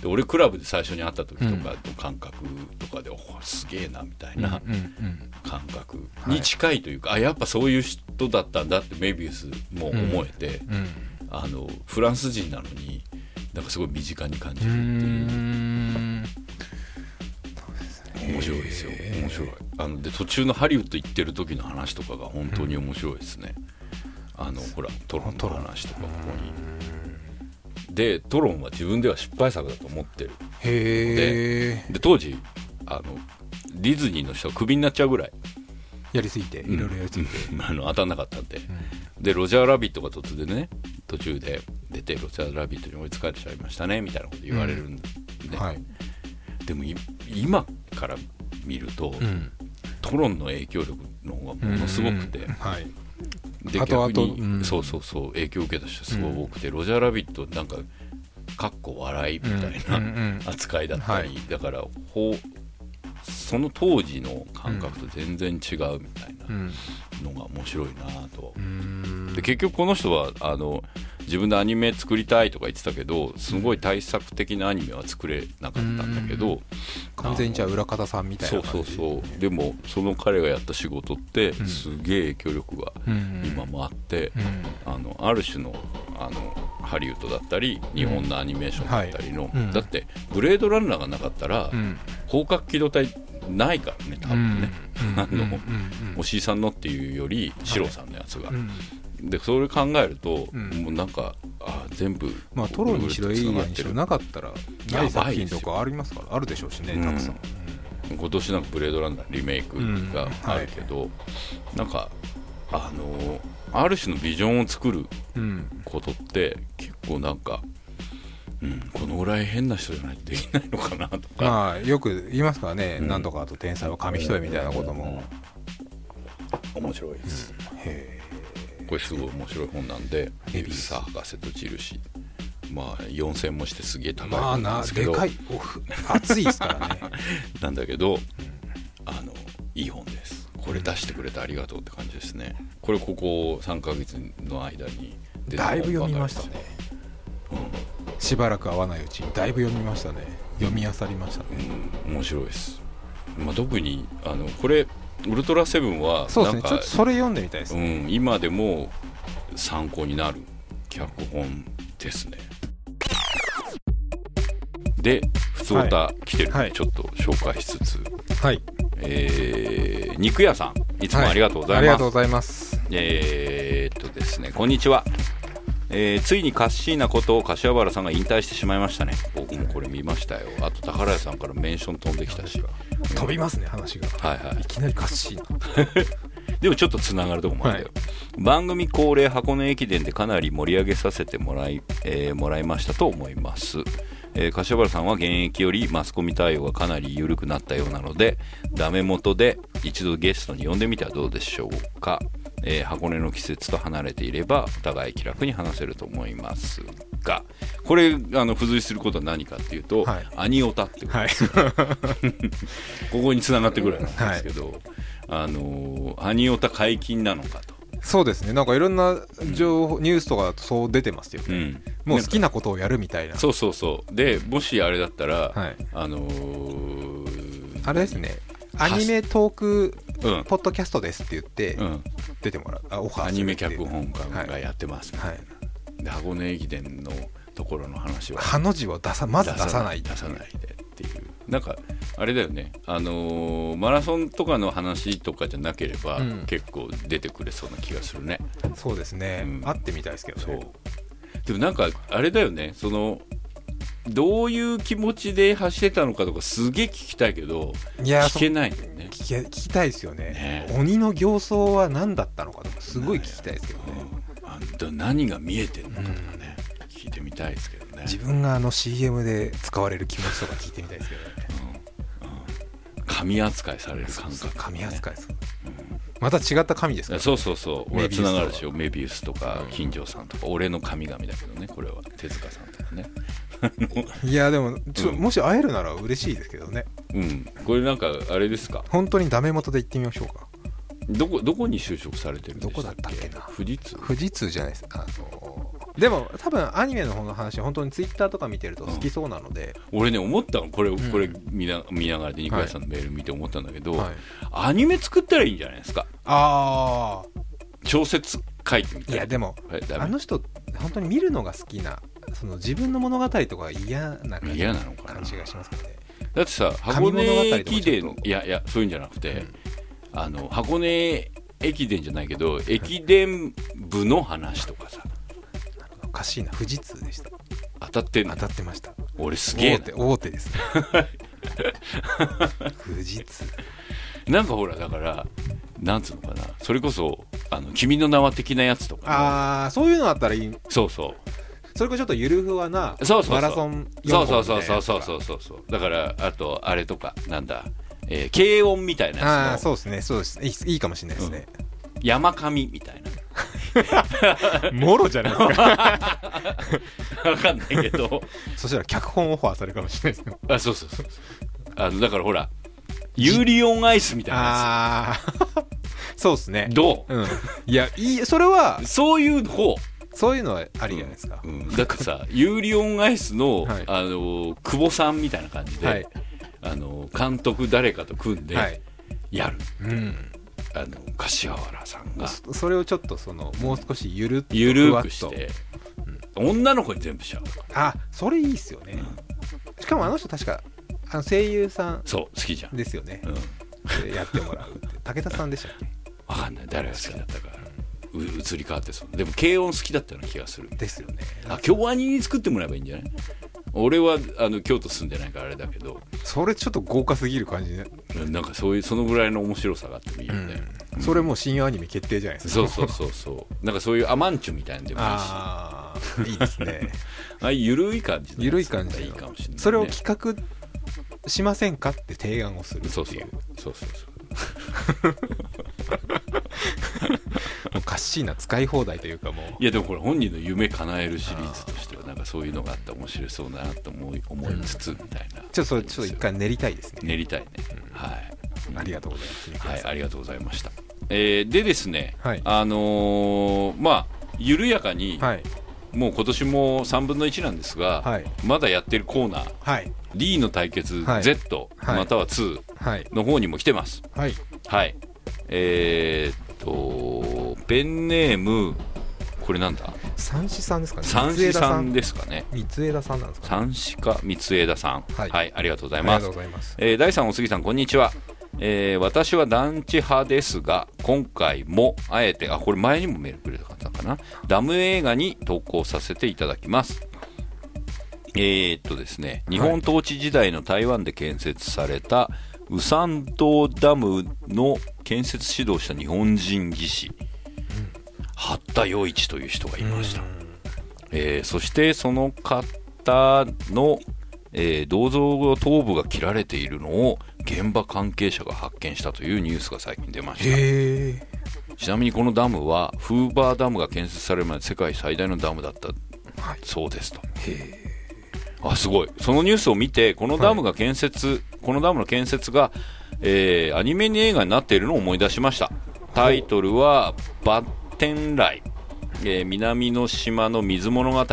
Speaker 2: で俺クラブで最初に会った時とかの感覚とかで、おすげえなみたいな
Speaker 3: うんうん
Speaker 2: 感覚に近いというか、あやっぱそういう人だったんだってメイビウスも思えて、
Speaker 3: うん
Speaker 2: あのフランス人なのになんかすごい身近に感じ
Speaker 3: う
Speaker 2: るっていう。
Speaker 3: ん
Speaker 2: 面白いですよ面白いあので途中のハリウッド行ってる時の話とかが本当に面白いですね、あのほらトロンの話とかここにでトロンは自分では失敗作だと思ってる
Speaker 3: へえ
Speaker 2: で当時あのディズニーの人はクビになっちゃうぐらい、
Speaker 3: やりすぎていろいろやりすぎて、
Speaker 2: あの当たんなかったんで、でロジャーラビットが途中でね途中で出てロジャーラビットに追いつかれちゃいましたねみたいなこと言われるんで、
Speaker 3: はい、
Speaker 2: でもい今から見ると、
Speaker 3: うん、
Speaker 2: トロンの影響力の方がものすごくて、
Speaker 3: うんはい、
Speaker 2: で
Speaker 3: あと
Speaker 2: 逆に
Speaker 3: あとうん
Speaker 2: そうそうそう影響を受けた人すごい多くて、ロジャーラビットなんかかっこ笑いみたいな、
Speaker 3: うんうんうん
Speaker 2: 扱いだったり、
Speaker 3: は
Speaker 2: だからほうその当時の感覚と全然違うみたいな
Speaker 3: うん
Speaker 2: のが面白いなと、
Speaker 3: うん
Speaker 2: で結局この人はあの自分でアニメ作りたいとか言ってたけどすごい対策的なアニメは作れなかったんだけど、
Speaker 3: 完全にじゃあ裏方さんみたい
Speaker 2: そ
Speaker 3: な
Speaker 2: うそ
Speaker 3: 感
Speaker 2: う
Speaker 3: じ
Speaker 2: そうでもその彼がやった仕事って
Speaker 3: ん
Speaker 2: すげえ影響力が
Speaker 3: うん
Speaker 2: 今もあって、
Speaker 3: うん
Speaker 2: あのある種のあのハリウッドだったり日本のアニメーションだったりの、
Speaker 3: いうん
Speaker 2: だって「ブレードランナー」がなかったら、
Speaker 3: うん
Speaker 2: 広角機動隊ないからね多分ね、あの、
Speaker 3: うん
Speaker 2: おしいさんのっていうよりシロさんのやつが、
Speaker 3: うん
Speaker 2: でそれ考えると、
Speaker 3: うん
Speaker 2: もうなんかあ全部
Speaker 3: まあ
Speaker 2: こう
Speaker 3: トロにしろエイリアンにしろなかったらな
Speaker 2: や
Speaker 3: い
Speaker 2: ば
Speaker 3: 作
Speaker 2: いで
Speaker 3: 品
Speaker 2: すよ
Speaker 3: とかありますからあるでしょうしねたくさん、
Speaker 2: 今年なんか「ブレードランナー」リメイクがあるけど、なんかあのある種のビジョンを作る
Speaker 3: うん
Speaker 2: ことって結構なんか、うん、このぐらい変な人じゃないとできないのかなとか、
Speaker 3: まあよく言いますからね、
Speaker 2: うん
Speaker 3: なんとかあと天才は紙一重みたいなことも、
Speaker 2: 面白いです、
Speaker 3: へ
Speaker 2: これすごい面白い本なんで「
Speaker 3: 恵
Speaker 2: エ
Speaker 3: 比
Speaker 2: ビ
Speaker 3: 寿
Speaker 2: サ博士と印」まあ4000もしてすげえ高い
Speaker 3: まあ
Speaker 2: ん
Speaker 3: な
Speaker 2: ですけ
Speaker 3: で
Speaker 2: ど
Speaker 3: かいおふ熱いですからね
Speaker 2: なんだけど、あのいい本ですこれ出してくれてありがとうって感じですねこれここ3ヶ月の間に出た本ば
Speaker 3: だ
Speaker 2: かり
Speaker 3: いぶ読みましたね、しばらく会わないうちにだいぶ読みましたね読み漁りましたね
Speaker 2: うん面白いです、まあ、特にあのこれ「ウルトラセブンは
Speaker 3: そうです
Speaker 2: なん
Speaker 3: ね
Speaker 2: か
Speaker 3: ちょっとそれ読んでみたいです
Speaker 2: う
Speaker 3: ね、
Speaker 2: ん、今でも参考になる脚本ですねで「ふつおた来てる」
Speaker 3: はい
Speaker 2: ちょっと紹介しつつ、
Speaker 3: はい
Speaker 2: えー肉屋さんいつもありがとうございます、
Speaker 3: ありがとうございます
Speaker 2: えーっとですね、こんにちは。えーついにカッシーナこと柏原さんが引退してしまいましたね。僕もこれ見ましたよ。あと高原さんからメンション飛んできたし。
Speaker 3: 飛びますね話が
Speaker 2: はいはい
Speaker 3: きなりカッシーな
Speaker 2: でもちょっとつながるとこもあるよ、
Speaker 3: は
Speaker 2: 番組恒例箱根駅伝でかなり盛り上げさせてもらい,、えーもらいましたと思います、えー柏原さんは現役よりマスコミ対応がかなり緩くなったようなのでダメ元で一度ゲストに呼んでみてはどうでしょうか、えー箱根の季節と離れていればお互い気楽に話せると思いますがこれあの付随することは何かっていうと、
Speaker 3: はい
Speaker 2: アニオタってこと
Speaker 3: はい (laughs)
Speaker 2: ここに繋がってくるんですけど、あのーアニオタ解禁なのかと、
Speaker 3: そうですねなんかいろんな情報、ニュースとかだとそう出てますよね、
Speaker 2: うん
Speaker 3: もう好きなことをやるみたいな
Speaker 2: そうそうそうでもしあれだったら、
Speaker 3: はい
Speaker 2: あのー
Speaker 3: あれですねア
Speaker 2: 何
Speaker 3: ニメトーク
Speaker 2: うん
Speaker 3: ポッドキャストですって言って
Speaker 2: うん、
Speaker 3: 出てもらう、あオファー
Speaker 2: ア
Speaker 3: す
Speaker 2: ニ
Speaker 3: る
Speaker 2: メ
Speaker 3: っていう
Speaker 2: 脚本家が
Speaker 3: はい、
Speaker 2: やってます、
Speaker 3: はい、
Speaker 2: で箱根駅伝のところの話は
Speaker 3: ハの字を出さまず出さない
Speaker 2: 出さないでっていうなんかあれだよね、あのーマラソンとかの話とかじゃなければ、
Speaker 3: うん
Speaker 2: 結構出てくれそうな気がするね
Speaker 3: そうですね、
Speaker 2: うん
Speaker 3: 会ってみたいですけど
Speaker 2: そう
Speaker 3: ね
Speaker 2: でもなんかあれだよねそのどういう気持ちで走ってたのかとかすげえ聞きたいけど
Speaker 3: いや
Speaker 2: 聞けないんだよね
Speaker 3: そ聞け聞きたいですよね
Speaker 2: ね
Speaker 3: 鬼の形相は何だったのかとかすごい聞きたいですけどね
Speaker 2: あんた何が見えてんのかとかね、聞いてみたいですけどね
Speaker 3: 自分があの CM で使われる気持ちとか聞いてみたいですけどね
Speaker 2: 神扱いされる (laughs) 感覚、ね、
Speaker 3: 神扱いです、また違った神ですから
Speaker 2: そうそうそう俺
Speaker 3: メ
Speaker 2: つ
Speaker 3: ビウスとか
Speaker 2: ながるでしょメビウスとか金城さんとか、俺の神々だけどねこれは手塚さんとかね
Speaker 3: いやでもちょ、
Speaker 2: うん
Speaker 3: もし会えるなら嬉しいですけどね
Speaker 2: うんこれなんかあれですか
Speaker 3: 本当にダメ元で行ってみましょうか
Speaker 2: どこどこに就職されてるんでしたっけ
Speaker 3: どこだったっけな
Speaker 2: 富士通
Speaker 3: 富士通じゃないですあのーでも多分アニメの方の話は本当にツイッターとか見てると好きそうなので、
Speaker 2: 俺ね思ったのこれ、
Speaker 3: ん
Speaker 2: これ見な見ながらで肉屋さんのメール見て思ったんだけど、
Speaker 3: はい
Speaker 2: アニメ作ったらいいんじゃないですか
Speaker 3: あ
Speaker 2: 小説書いてみ
Speaker 3: あ
Speaker 2: た
Speaker 3: い
Speaker 2: い
Speaker 3: やでも
Speaker 2: はいダメ
Speaker 3: あの人本当に見るのが好きなその自分の物語とか嫌な感じ
Speaker 2: 嫌なのかな
Speaker 3: 感じがしますけどね
Speaker 2: だってさ
Speaker 3: 紙
Speaker 2: 箱
Speaker 3: 物
Speaker 2: 根
Speaker 3: 語とか
Speaker 2: 駅
Speaker 3: ちょっ
Speaker 2: 伝
Speaker 3: と
Speaker 2: いやいやそういうんじゃなくて、あの箱根駅伝じゃないけど駅伝部の話とかさ
Speaker 3: おかしいな富士通でした
Speaker 2: 当たってんの
Speaker 3: 当たってました
Speaker 2: 俺すげえ
Speaker 3: 大
Speaker 2: (laughs) な
Speaker 3: 手大手ですね無実
Speaker 2: なんかほらだからなんつうのかなそれこそあの君の名は的なやつとかね、
Speaker 3: ああそういうのあったらいい
Speaker 2: そうそう
Speaker 3: それこそちょっとゆるふわな
Speaker 2: そうそうそう
Speaker 3: マラソン
Speaker 2: そ
Speaker 3: 4
Speaker 2: うそ
Speaker 3: 本
Speaker 2: うそうそうそうそうそうそうだからあとあれとかなんだ、えー軽音みたいな
Speaker 3: ああ
Speaker 2: や
Speaker 3: ー
Speaker 2: つの
Speaker 3: そうですねそうですいいいいかもしれないですね、
Speaker 2: 山上みたいな
Speaker 3: もろじゃないです
Speaker 2: (laughs)
Speaker 3: か
Speaker 2: わかんないけど
Speaker 3: そしたら脚本オファーされるかもしれな
Speaker 2: (laughs)
Speaker 3: いですね
Speaker 2: あそうそうそうあのだからほらユーリオンアイスみたいなや
Speaker 3: ああそうですね
Speaker 2: つどう、
Speaker 3: うんいやいいそれは
Speaker 2: そういう方
Speaker 3: そういうのはありじゃないですか、
Speaker 2: うんだってさユーリオンアイスの、
Speaker 3: はい
Speaker 2: あの久保さんみたいな感じで、
Speaker 3: はい
Speaker 2: あの監督誰かと組んで
Speaker 3: はい
Speaker 2: やる、
Speaker 3: うん
Speaker 2: あの柏原さんが
Speaker 3: そそれをちょっとそのもう少しゆるっと
Speaker 2: ゆるく
Speaker 3: ふ
Speaker 2: し
Speaker 3: わっと
Speaker 2: て、女の子に全部しちゃう
Speaker 3: あそれいいっすよね、しかもあの人確かあの声優さん
Speaker 2: そう好きじゃん、
Speaker 3: で
Speaker 2: (laughs)
Speaker 3: すよね
Speaker 2: う、ん、
Speaker 3: でやってもらうって武田さんでしたっ
Speaker 2: わかんない誰が好きだったかう移り変わってそうでも軽音好きだったような気がする
Speaker 3: けですよね
Speaker 2: あ京アニに作ってもらえばいいんじゃない俺はあの京都住んでないからあれだけど
Speaker 3: それちょっと豪華すぎる感じね、
Speaker 2: なんかそういうそのぐらいの面白さがあってもいいよね、
Speaker 3: それもう新アニメ決定じゃないですか
Speaker 2: そうそうそうそうなんかそういうアマンチュみたいなのでもいいしあ
Speaker 3: (laughs) ああいいですね
Speaker 2: (laughs) あいうゆるい感じの
Speaker 3: ゆ
Speaker 2: や
Speaker 3: るい
Speaker 2: つだっ
Speaker 3: 感
Speaker 2: たら
Speaker 3: じ
Speaker 2: いいかもしれない、ね、
Speaker 3: それを企画しませんかって提案をするっていう
Speaker 2: そうそうそうそうそう
Speaker 3: もうカッシーナ使い放題というかもう
Speaker 2: いやでもこれ本人の夢叶えるシリーズとしてはなんかそういうのがあったら面白そうだなと思い思いつつみたいな
Speaker 3: ちょっとそれちょっと一回練りたいですね
Speaker 2: 練りたいね、はい
Speaker 3: ありがとうございます三
Speaker 2: は
Speaker 3: 倉
Speaker 2: い、
Speaker 3: さん
Speaker 2: ありがとうございました。えーでですね、
Speaker 3: はい
Speaker 2: あのーまあ緩やかに、
Speaker 3: はい
Speaker 2: もう今年も3分の1なんですが、
Speaker 3: はい
Speaker 2: まだやってるコーナー
Speaker 3: はい
Speaker 2: 「D の対決
Speaker 3: はい
Speaker 2: Z、
Speaker 3: はい
Speaker 2: または2
Speaker 3: はい」
Speaker 2: の方にも来てます。
Speaker 3: はい
Speaker 2: はい、えーっとペンネームこれなんだ
Speaker 3: 三枝さんですかね
Speaker 2: 三枝さんですかね
Speaker 3: 三枝さんなんですかね
Speaker 2: 三枝か三枝さん、
Speaker 3: はい
Speaker 2: ありがとうござ
Speaker 3: あ
Speaker 2: い
Speaker 3: りが
Speaker 2: ます
Speaker 3: とうご。ざいます
Speaker 2: えー、第3お杉さんこんにちは、えー私は団地派ですが今回もあえてあこれ前にもメールくれた方かなダム映画に投稿させていただきますえー、っとですね日本統治時代の台湾で建設されたウサン島ダムの建設指導した日本人技師、八田洋一という人がいました、えーそしてその方の、えー銅像の頭部が切られているのを現場関係者が発見したというニュースが最近出ました
Speaker 3: へえ
Speaker 2: ちなみにこのダムはフーバーダムが建設されるまで世界最大のダムだったそうですと、あすごいそのニュースを見てこのダムが建設、このダムの建設が、えーアニメに映画になっているのを思い出しましたタイトルは「バッテンライ」えー南の島の水物語」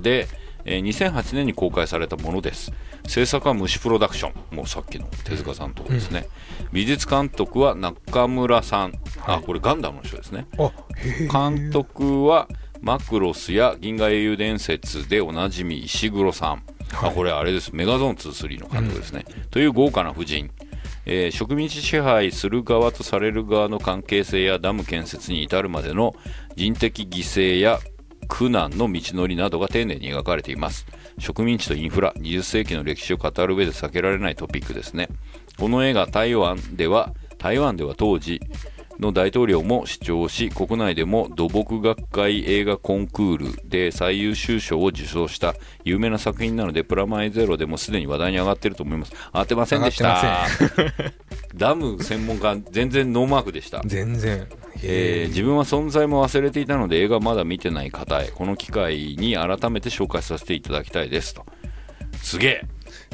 Speaker 2: で、えー2008年に公開されたものです制作は虫プロダクションもうさっきの手塚さんのとこですね、美術監督は中村さん、あこれガンダムの人ですね
Speaker 3: あへえ
Speaker 2: 監督はマクロスや銀河英雄伝説でおなじみ石黒さん、あこれあれですメガゾーン23の監督ですね、という豪華な夫人、えー植民地支配する側とされる側の関係性やダム建設に至るまでの人的犠牲や苦難の道のりなどが丁寧に描かれています植民地とインフラ20世紀の歴史を語る上で避けられないトピックですねこの映画台湾では台湾では当時の大統領も主張し国内でも土木学会映画コンクールで最優秀賞を受賞した有名な作品なのでプラマイゼロでもすでに話題に上がっていると思います当てませんでした
Speaker 3: 上
Speaker 2: (laughs) ダム専門家全然ノーマークでした
Speaker 3: 全然
Speaker 2: えー自分は存在も忘れていたので映画まだ見てない方へこの機会に改めて紹介させていただきたいですとすげえ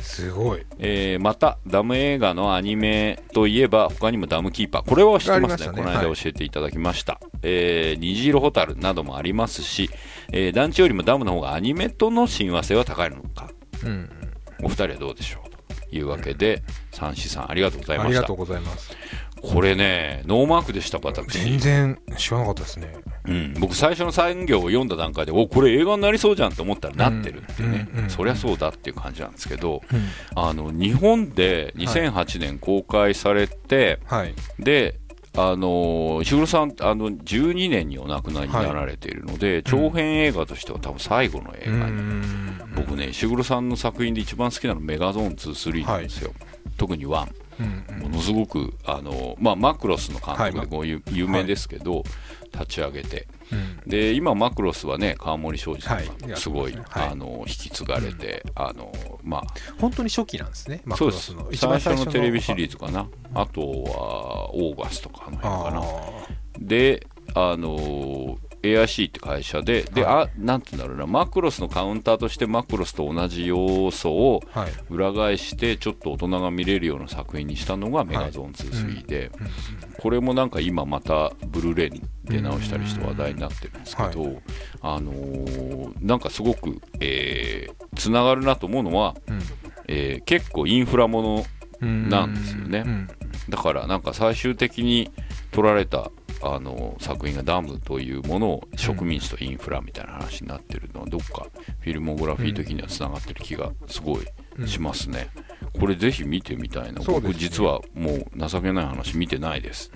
Speaker 3: すごい
Speaker 2: えーまたダム映画のアニメといえば他にもダムキーパーこれは知って
Speaker 3: あり
Speaker 2: ま
Speaker 3: ますし
Speaker 2: ね
Speaker 3: たね
Speaker 2: この間
Speaker 3: はい
Speaker 2: 教えていただきました、えー虹色ホタルなどもありますし、えー団地よりもダムの方がアニメとの親和性は高いのか
Speaker 3: うん
Speaker 2: お二人はどうでしょうというわけで、三枝さんありがとうござい
Speaker 3: あ
Speaker 2: ま
Speaker 3: り
Speaker 2: し
Speaker 3: が
Speaker 2: た
Speaker 3: とうございます
Speaker 2: これねノーマークでした
Speaker 3: (laughs) 全
Speaker 2: 私、
Speaker 3: 然知らなかったですね
Speaker 2: うん、僕最初の産行を読んだ段階でおこれ映画になりそうじゃんと思ったらなってるっていうね、
Speaker 3: うんうんうん
Speaker 2: そりゃそうだっていう感じなんですけど、
Speaker 3: うん
Speaker 2: あの日本で2008年公開されて、
Speaker 3: はい
Speaker 2: であの石黒さんあの12年にお亡くなりになられているので、長編映画としては多分最後の映画になる、僕ね石黒さんの作品で一番好きなのメガゾーン23なんですよ、特に1、ものすごくあの、まあ、マクロスの監督でこういう有名ですけど、立ち上げて、で今マクロスはね川森庄司さんがすごい、あの引き継がれて、あのまあ
Speaker 3: 本当に初期なんですね、マ
Speaker 2: そう
Speaker 3: クロ
Speaker 2: で
Speaker 3: ス
Speaker 2: す
Speaker 3: の。
Speaker 2: 最初のテレビシリーズかな、あとはオーガスとかあの辺かな
Speaker 3: あ
Speaker 2: であの AIC って会社でで、あなんて言うんだろうなマクロスのカウンターとしてマクロスと同じ要素を
Speaker 3: ーはい
Speaker 2: 裏返してちょっと大人が見れるような作品にしたのが「メガゾーン23で」これもなんか今またブルーレイに出直したりして話題になってるんですけど、あのーなんかすごくえーつな、がるなと思うのは、えー結構インフラものなんですよね。だからなんか最終的に取られたあの作品がダムというものを植民地とインフラみたいな話になってるのはどっかフィルモグラフィー的にはつながってる気がすごいしますね。これぜひ見てみたいな、
Speaker 3: そうですね
Speaker 2: 僕実はもう情けない話見てないです。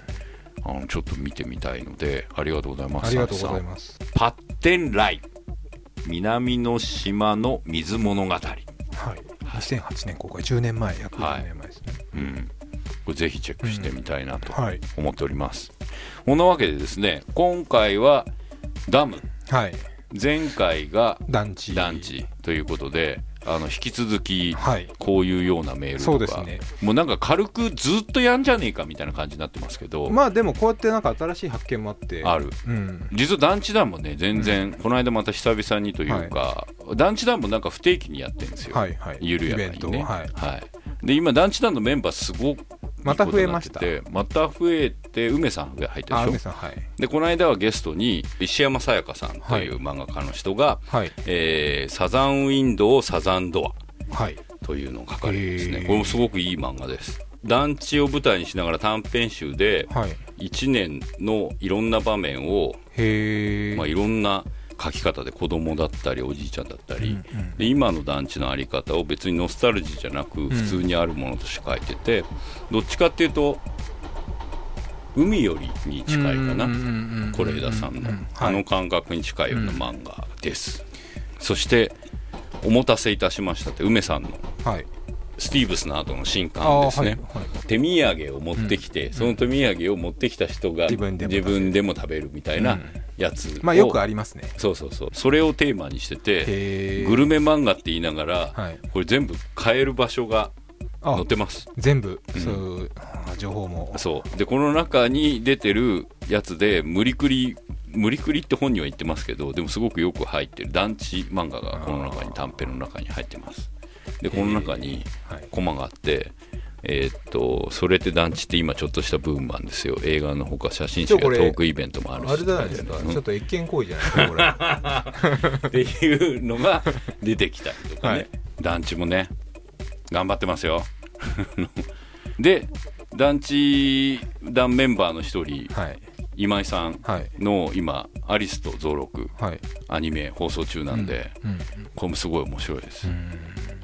Speaker 2: あのちょっと見てみたいのでありがとうございます。
Speaker 3: ありがとうござい
Speaker 2: サン
Speaker 3: ます。
Speaker 2: さんパッテンライ南の島の水物語。
Speaker 3: はい、2008年公開10年前約
Speaker 2: はい
Speaker 3: 10年前ですね、
Speaker 2: うん、これぜひチェックしてみたいなと
Speaker 3: はい
Speaker 2: 思っております。こんなわけでですね、今回はダム、
Speaker 3: はい
Speaker 2: 前回が
Speaker 3: 団地
Speaker 2: 団地ということで、あの引き続き
Speaker 3: はい
Speaker 2: こういうようなメール
Speaker 3: そう
Speaker 2: と
Speaker 3: で
Speaker 2: か、
Speaker 3: すね
Speaker 2: もうなんか軽くずっとやんじゃねえかみたいな感じになってますけど、
Speaker 3: まあでもこうやってなんか新しい発見もあって
Speaker 2: ある。
Speaker 3: うん
Speaker 2: 実は団地団もね、全然、この間また久々にというか、団地団もなんか不定期にやってるんですよ、
Speaker 3: はいはい
Speaker 2: 緩やかにね。
Speaker 3: イベントをはい
Speaker 2: で今、団地団のメンバー、すごく
Speaker 3: また増えまし
Speaker 2: い
Speaker 3: た
Speaker 2: いことになっててまた増えて、梅さんが入った
Speaker 3: あ
Speaker 2: で
Speaker 3: 梅
Speaker 2: しょ。
Speaker 3: さんはい
Speaker 2: でこの間はゲストに石山さやかさんという漫画家の人が、
Speaker 3: はい
Speaker 2: えーサザンウィンドウ、サザンドア
Speaker 3: はい
Speaker 2: というのを書かれてです
Speaker 3: へ
Speaker 2: ね、
Speaker 3: ー
Speaker 2: これもすごくいい漫画です。団地を舞台にしながら短編集で、
Speaker 3: はい
Speaker 2: 1年のいろんな場面を
Speaker 3: へえ、
Speaker 2: まあ、いろんな書き方で子供だったりおじいちゃんだったり、で今の団地の在り方を別にノスタルジーじゃなく普通にあるものとして書いてて、どっちかっていうと海よりに近いかな是枝さんの、あの感覚に近いような漫画です、そしてお待たせいたしましたって梅さんの
Speaker 3: はい
Speaker 2: スティーブスの後の新
Speaker 3: あ
Speaker 2: 刊ですね、
Speaker 3: はいはい
Speaker 2: 手土産を持ってきて、その手土産を持ってきた人が
Speaker 3: 自分でも食べる
Speaker 2: 自分でも食べるみたいなやつを、
Speaker 3: まあよくありますね
Speaker 2: そうそうそうそれをテーマにしてて
Speaker 3: へ
Speaker 2: グ
Speaker 3: え
Speaker 2: ルメ漫画って言いながら、
Speaker 3: はい
Speaker 2: これ全部買える場所が
Speaker 3: あ
Speaker 2: 載ってます
Speaker 3: 全部そういうあ情報も
Speaker 2: そうでこの中に出てるやつで無理くり無理くりって本には言ってますけどでもすごくよく入ってる団地漫画がこの中に短編の中に入ってますでこの中に
Speaker 3: はい
Speaker 2: コマがあってえーっとそれって団地って今ちょっとしたブームなんですよ映画のほか写真集やト
Speaker 3: ちょこれ
Speaker 2: ークイベントもあるし
Speaker 3: あれじゃないですか
Speaker 2: うん
Speaker 3: ちょっと越見行為じゃないです
Speaker 2: (laughs)
Speaker 3: かこれ
Speaker 2: っていうのが (laughs) 出てきたりとかね、
Speaker 3: はい
Speaker 2: 団地もね頑張ってますよ (laughs) で団地団メンバーの一人、
Speaker 3: はい
Speaker 2: 今井さん
Speaker 3: はい
Speaker 2: の今「アリスと増録
Speaker 3: はい」
Speaker 2: アニメ放送中なんで、
Speaker 3: うん
Speaker 2: これもすごい面白いです、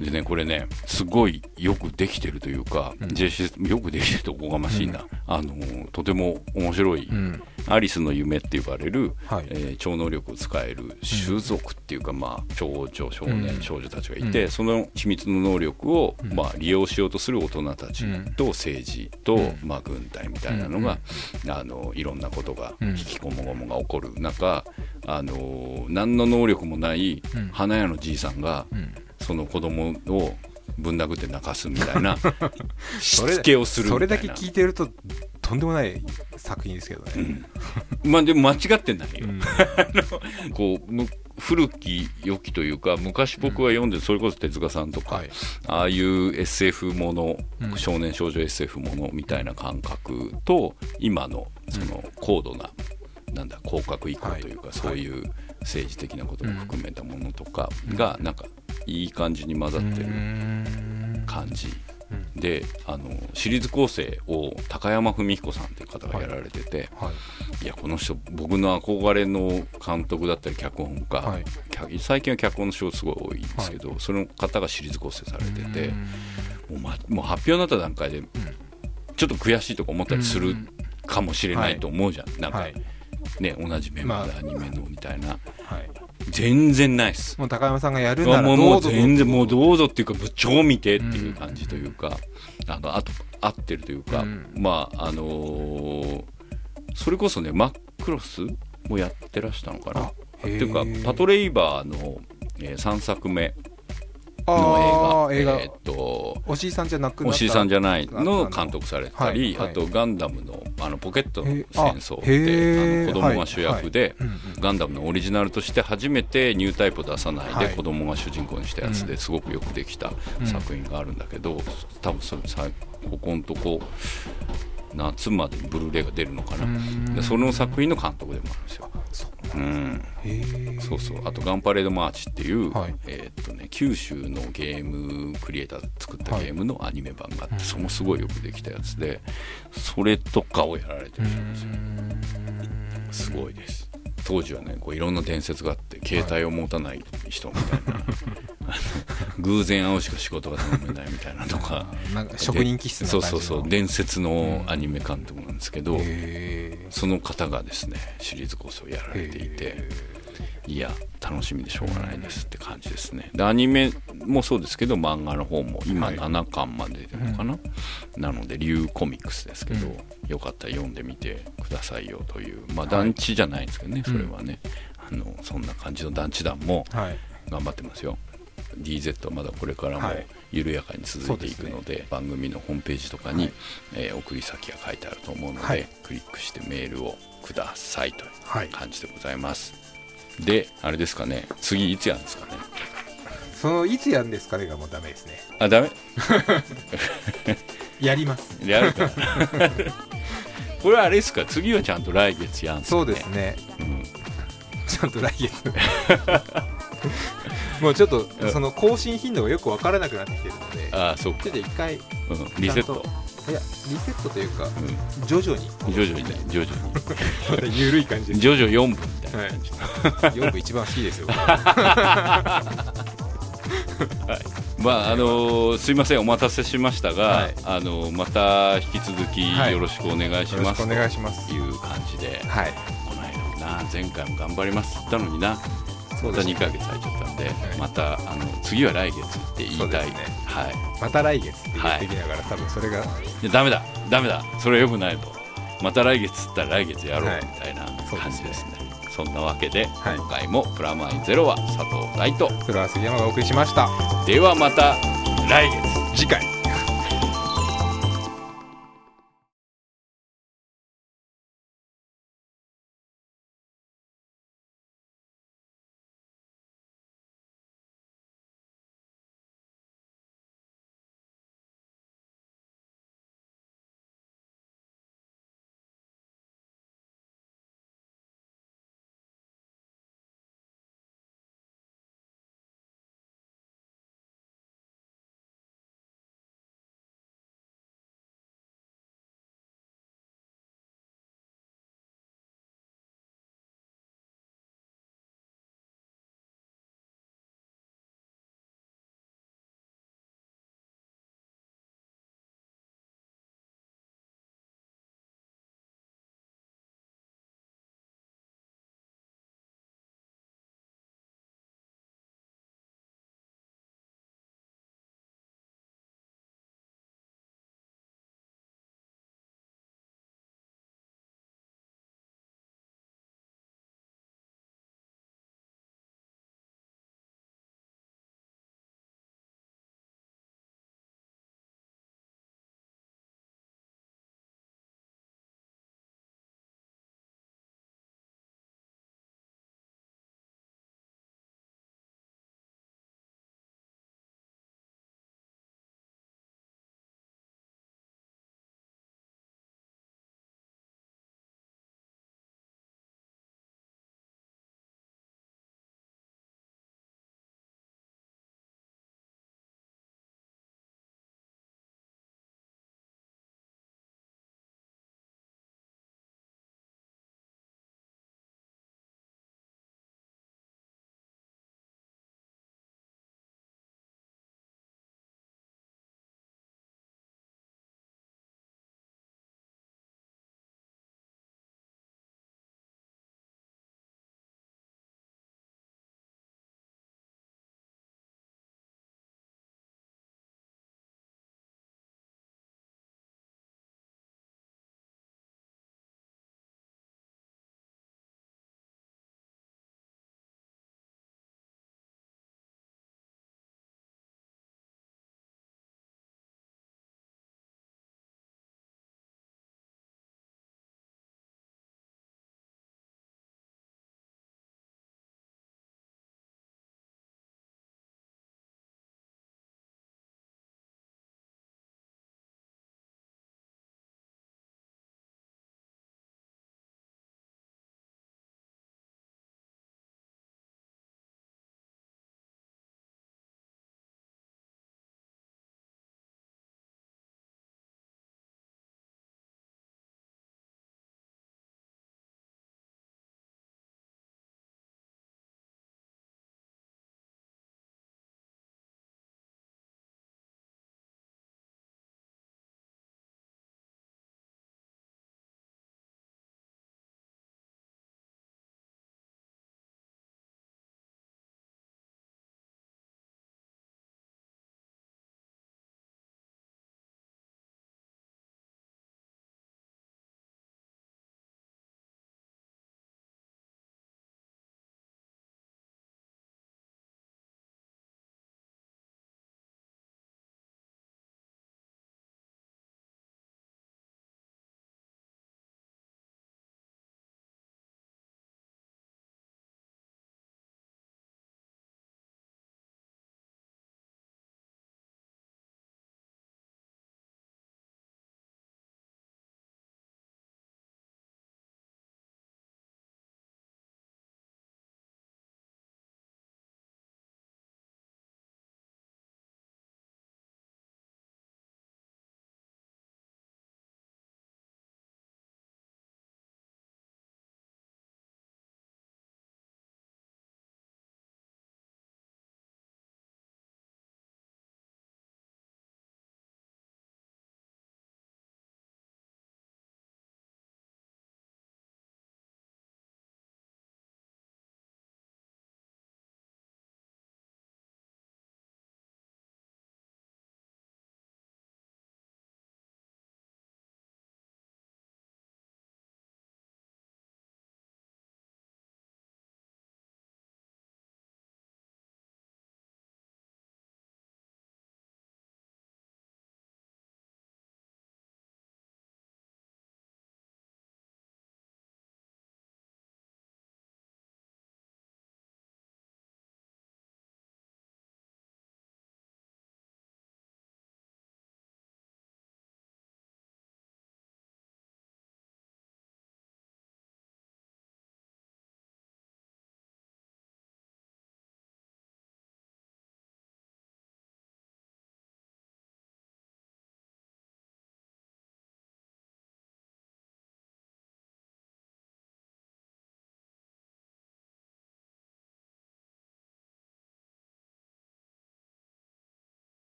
Speaker 2: でねこれねすごいよくできてるというか、JC よくできてるとおこがましいな、あのーとても面白い、
Speaker 3: ん
Speaker 2: アリスの夢って呼ばれる、
Speaker 3: はい
Speaker 2: えー超能力を使える種族っていうか、まあ、少女少年少女たちがいて、その秘密の能力を、まあ、利用しようとする大人たちと政治と、まあ、軍隊みたいなのが、あのいろんなことが引きこもごもが起こる中、あの何の能力もない花屋のじいさんが、その子供をぶん殴って泣かすみた
Speaker 3: (laughs)
Speaker 2: いなし
Speaker 3: それ
Speaker 2: つけをする
Speaker 3: それ
Speaker 2: みた
Speaker 3: だ
Speaker 2: い
Speaker 3: け
Speaker 2: な
Speaker 3: 聞いてるととんでもない作品ですけどね
Speaker 2: まあでも間違ってないよ、あのこうむ古き良きというか昔僕は読んでるそれこそ手塚さんとか、
Speaker 3: はい
Speaker 2: ああいう SF もの、少年少女 SF ものみたいな感覚と今のその高度な、なんだ広角以降というか、
Speaker 3: はい
Speaker 2: そういう政治的なことも含めたものとかがなんかいい感じに混ざってる感じ。であのシリーズ構成を高山文彦さんという方がやられてて、
Speaker 3: はい
Speaker 2: いやこの人僕の憧れの監督だったり脚本家、
Speaker 3: はい
Speaker 2: 脚最近は脚本の仕事すごい多いんですけど、その方がシリーズ構成されててもう,、ま、もう発表になった段階でちょっと悔しいとか思ったりするかもしれないと思うじゃん、なんか、
Speaker 3: はい
Speaker 2: ね同じメンバーで
Speaker 3: まあ
Speaker 2: アニメのみたいな、
Speaker 3: はい、
Speaker 2: 全然ないっす
Speaker 3: もう高山さんがやる
Speaker 2: も
Speaker 3: な
Speaker 2: う
Speaker 3: ら
Speaker 2: もう
Speaker 3: ど
Speaker 2: も
Speaker 3: う
Speaker 2: う
Speaker 3: ぞ
Speaker 2: 全然もう
Speaker 3: う
Speaker 2: どうぞっていうか部長見てっていう感じというか、あのあと合ってるというか、
Speaker 3: うん
Speaker 2: まああのーそれこそねマックロスもやってらしたのかな
Speaker 3: あ
Speaker 2: っていうか
Speaker 3: へー
Speaker 2: パトレイバーの、え3作目
Speaker 3: あ
Speaker 2: の
Speaker 3: ー
Speaker 2: 映
Speaker 3: 映
Speaker 2: 画
Speaker 3: 画、
Speaker 2: えーっと
Speaker 3: おしいさんじゃなくなった
Speaker 2: おしりさんじ
Speaker 3: ゃ
Speaker 2: ゃないのを監督されたり、
Speaker 3: はいはい
Speaker 2: あとガンダムのあのポケットの戦
Speaker 3: へーあ
Speaker 2: 争で
Speaker 3: へー
Speaker 2: あの子供が主役で、
Speaker 3: はいはい
Speaker 2: ガンダムのオリジナルとして初めてニュータイプを出さない
Speaker 3: は
Speaker 2: で
Speaker 3: い
Speaker 2: 子供が主人公にしたやつですごくよくできた作品があるんだけど、多分それさここんとこ夏までにブルーレイが出るのかな、でその作品の監督でもあるんですよ。うんそうそうあと「ガンパレードマーチ」っていう、
Speaker 3: はい
Speaker 2: えーっとね、九州のゲームクリエイターが作った
Speaker 3: はい
Speaker 2: ゲームのアニメ版があって、それもすごいよくできたやつでそれとかをやられてる人なんですよすごいです当時はねこういろんな伝説があって携帯を持たない人みたい
Speaker 3: (laughs)
Speaker 2: な、あの偶然会うしか仕事が頼めないみたいなとか
Speaker 3: なんか職人気質な
Speaker 2: そ
Speaker 3: 感
Speaker 2: う
Speaker 3: じの
Speaker 2: そうそう伝説のアニメ監督なんですけど、
Speaker 3: へ
Speaker 2: その方がですねシリーズ構想をやられていていや楽しみでしょうがないですって感じですねでアニメもそうですけど漫画の方も今
Speaker 3: はい
Speaker 2: 7巻まで出てるのかな、なので「竜コミックス」ですけど、よかったら読んでみてくださいよというまあ団地じゃないんですけどね、それはねあのそんな感じの団地団も
Speaker 3: ーはい
Speaker 2: 頑張ってますよ DZ はまだこれからも
Speaker 3: はい
Speaker 2: 緩やかに続いていくので,、番組のホームページとかに、えー送り先が書いてあると思うので、
Speaker 3: はい
Speaker 2: クリックしてメールをくださいとい
Speaker 3: はいう
Speaker 2: 感じでございます、であれですかね次いつやるんですかね
Speaker 3: そのいつやるんですかねがもうダメですね
Speaker 2: あダメ
Speaker 3: やります
Speaker 2: や
Speaker 3: (laughs)
Speaker 2: るからこれあれですか次はちゃんと来月やんす
Speaker 3: そ
Speaker 2: か
Speaker 3: うですね
Speaker 2: うん
Speaker 3: ちゃんと来月
Speaker 2: (laughs)
Speaker 3: もうちょっと
Speaker 2: うん
Speaker 3: その更新頻度がよく分からなくなってきてるので
Speaker 2: ああそうか
Speaker 3: ちょっと一回
Speaker 2: うんリセッ
Speaker 3: ちゃん
Speaker 2: ト
Speaker 3: と、いやリセットというか
Speaker 2: う
Speaker 3: 徐々に
Speaker 2: ん、徐々にね
Speaker 3: (laughs)
Speaker 2: 徐々
Speaker 3: また緩い感じ
Speaker 2: に徐
Speaker 3: で (laughs)
Speaker 2: 々4分み (laughs) たいな感じ、
Speaker 3: 4部一番好き
Speaker 2: (laughs)
Speaker 3: ですよ
Speaker 2: まああのーすいませんお待たせしましたが、
Speaker 3: はい
Speaker 2: あのーまた引き続き
Speaker 3: はい
Speaker 2: よろしくお願いし
Speaker 3: よろ
Speaker 2: ま
Speaker 3: しく
Speaker 2: す
Speaker 3: お
Speaker 2: と
Speaker 3: 願いします
Speaker 2: いう感じで、
Speaker 3: はい
Speaker 2: この間もな前回も頑張りますって言ったのにな
Speaker 3: そ
Speaker 2: ま
Speaker 3: う
Speaker 2: た
Speaker 3: です
Speaker 2: 2ヶ月空いちゃったんで、
Speaker 3: い
Speaker 2: またあの次は来月って言いたい、
Speaker 3: そうですね
Speaker 2: はい
Speaker 3: また来月って言ってきながら多分それ
Speaker 2: い
Speaker 3: が
Speaker 2: やダメだダメだそれはよくないとまた来月っつったら来月やろう
Speaker 3: は
Speaker 2: み
Speaker 3: い
Speaker 2: たいな
Speaker 3: そう
Speaker 2: 感
Speaker 3: で
Speaker 2: じ
Speaker 3: すね
Speaker 2: ですね,、そんなわけで、
Speaker 3: はい
Speaker 2: 今回も「プラマイゼロ」は佐藤大と
Speaker 3: 黒は杉山がお送りしました
Speaker 2: ではまた来月
Speaker 3: 次回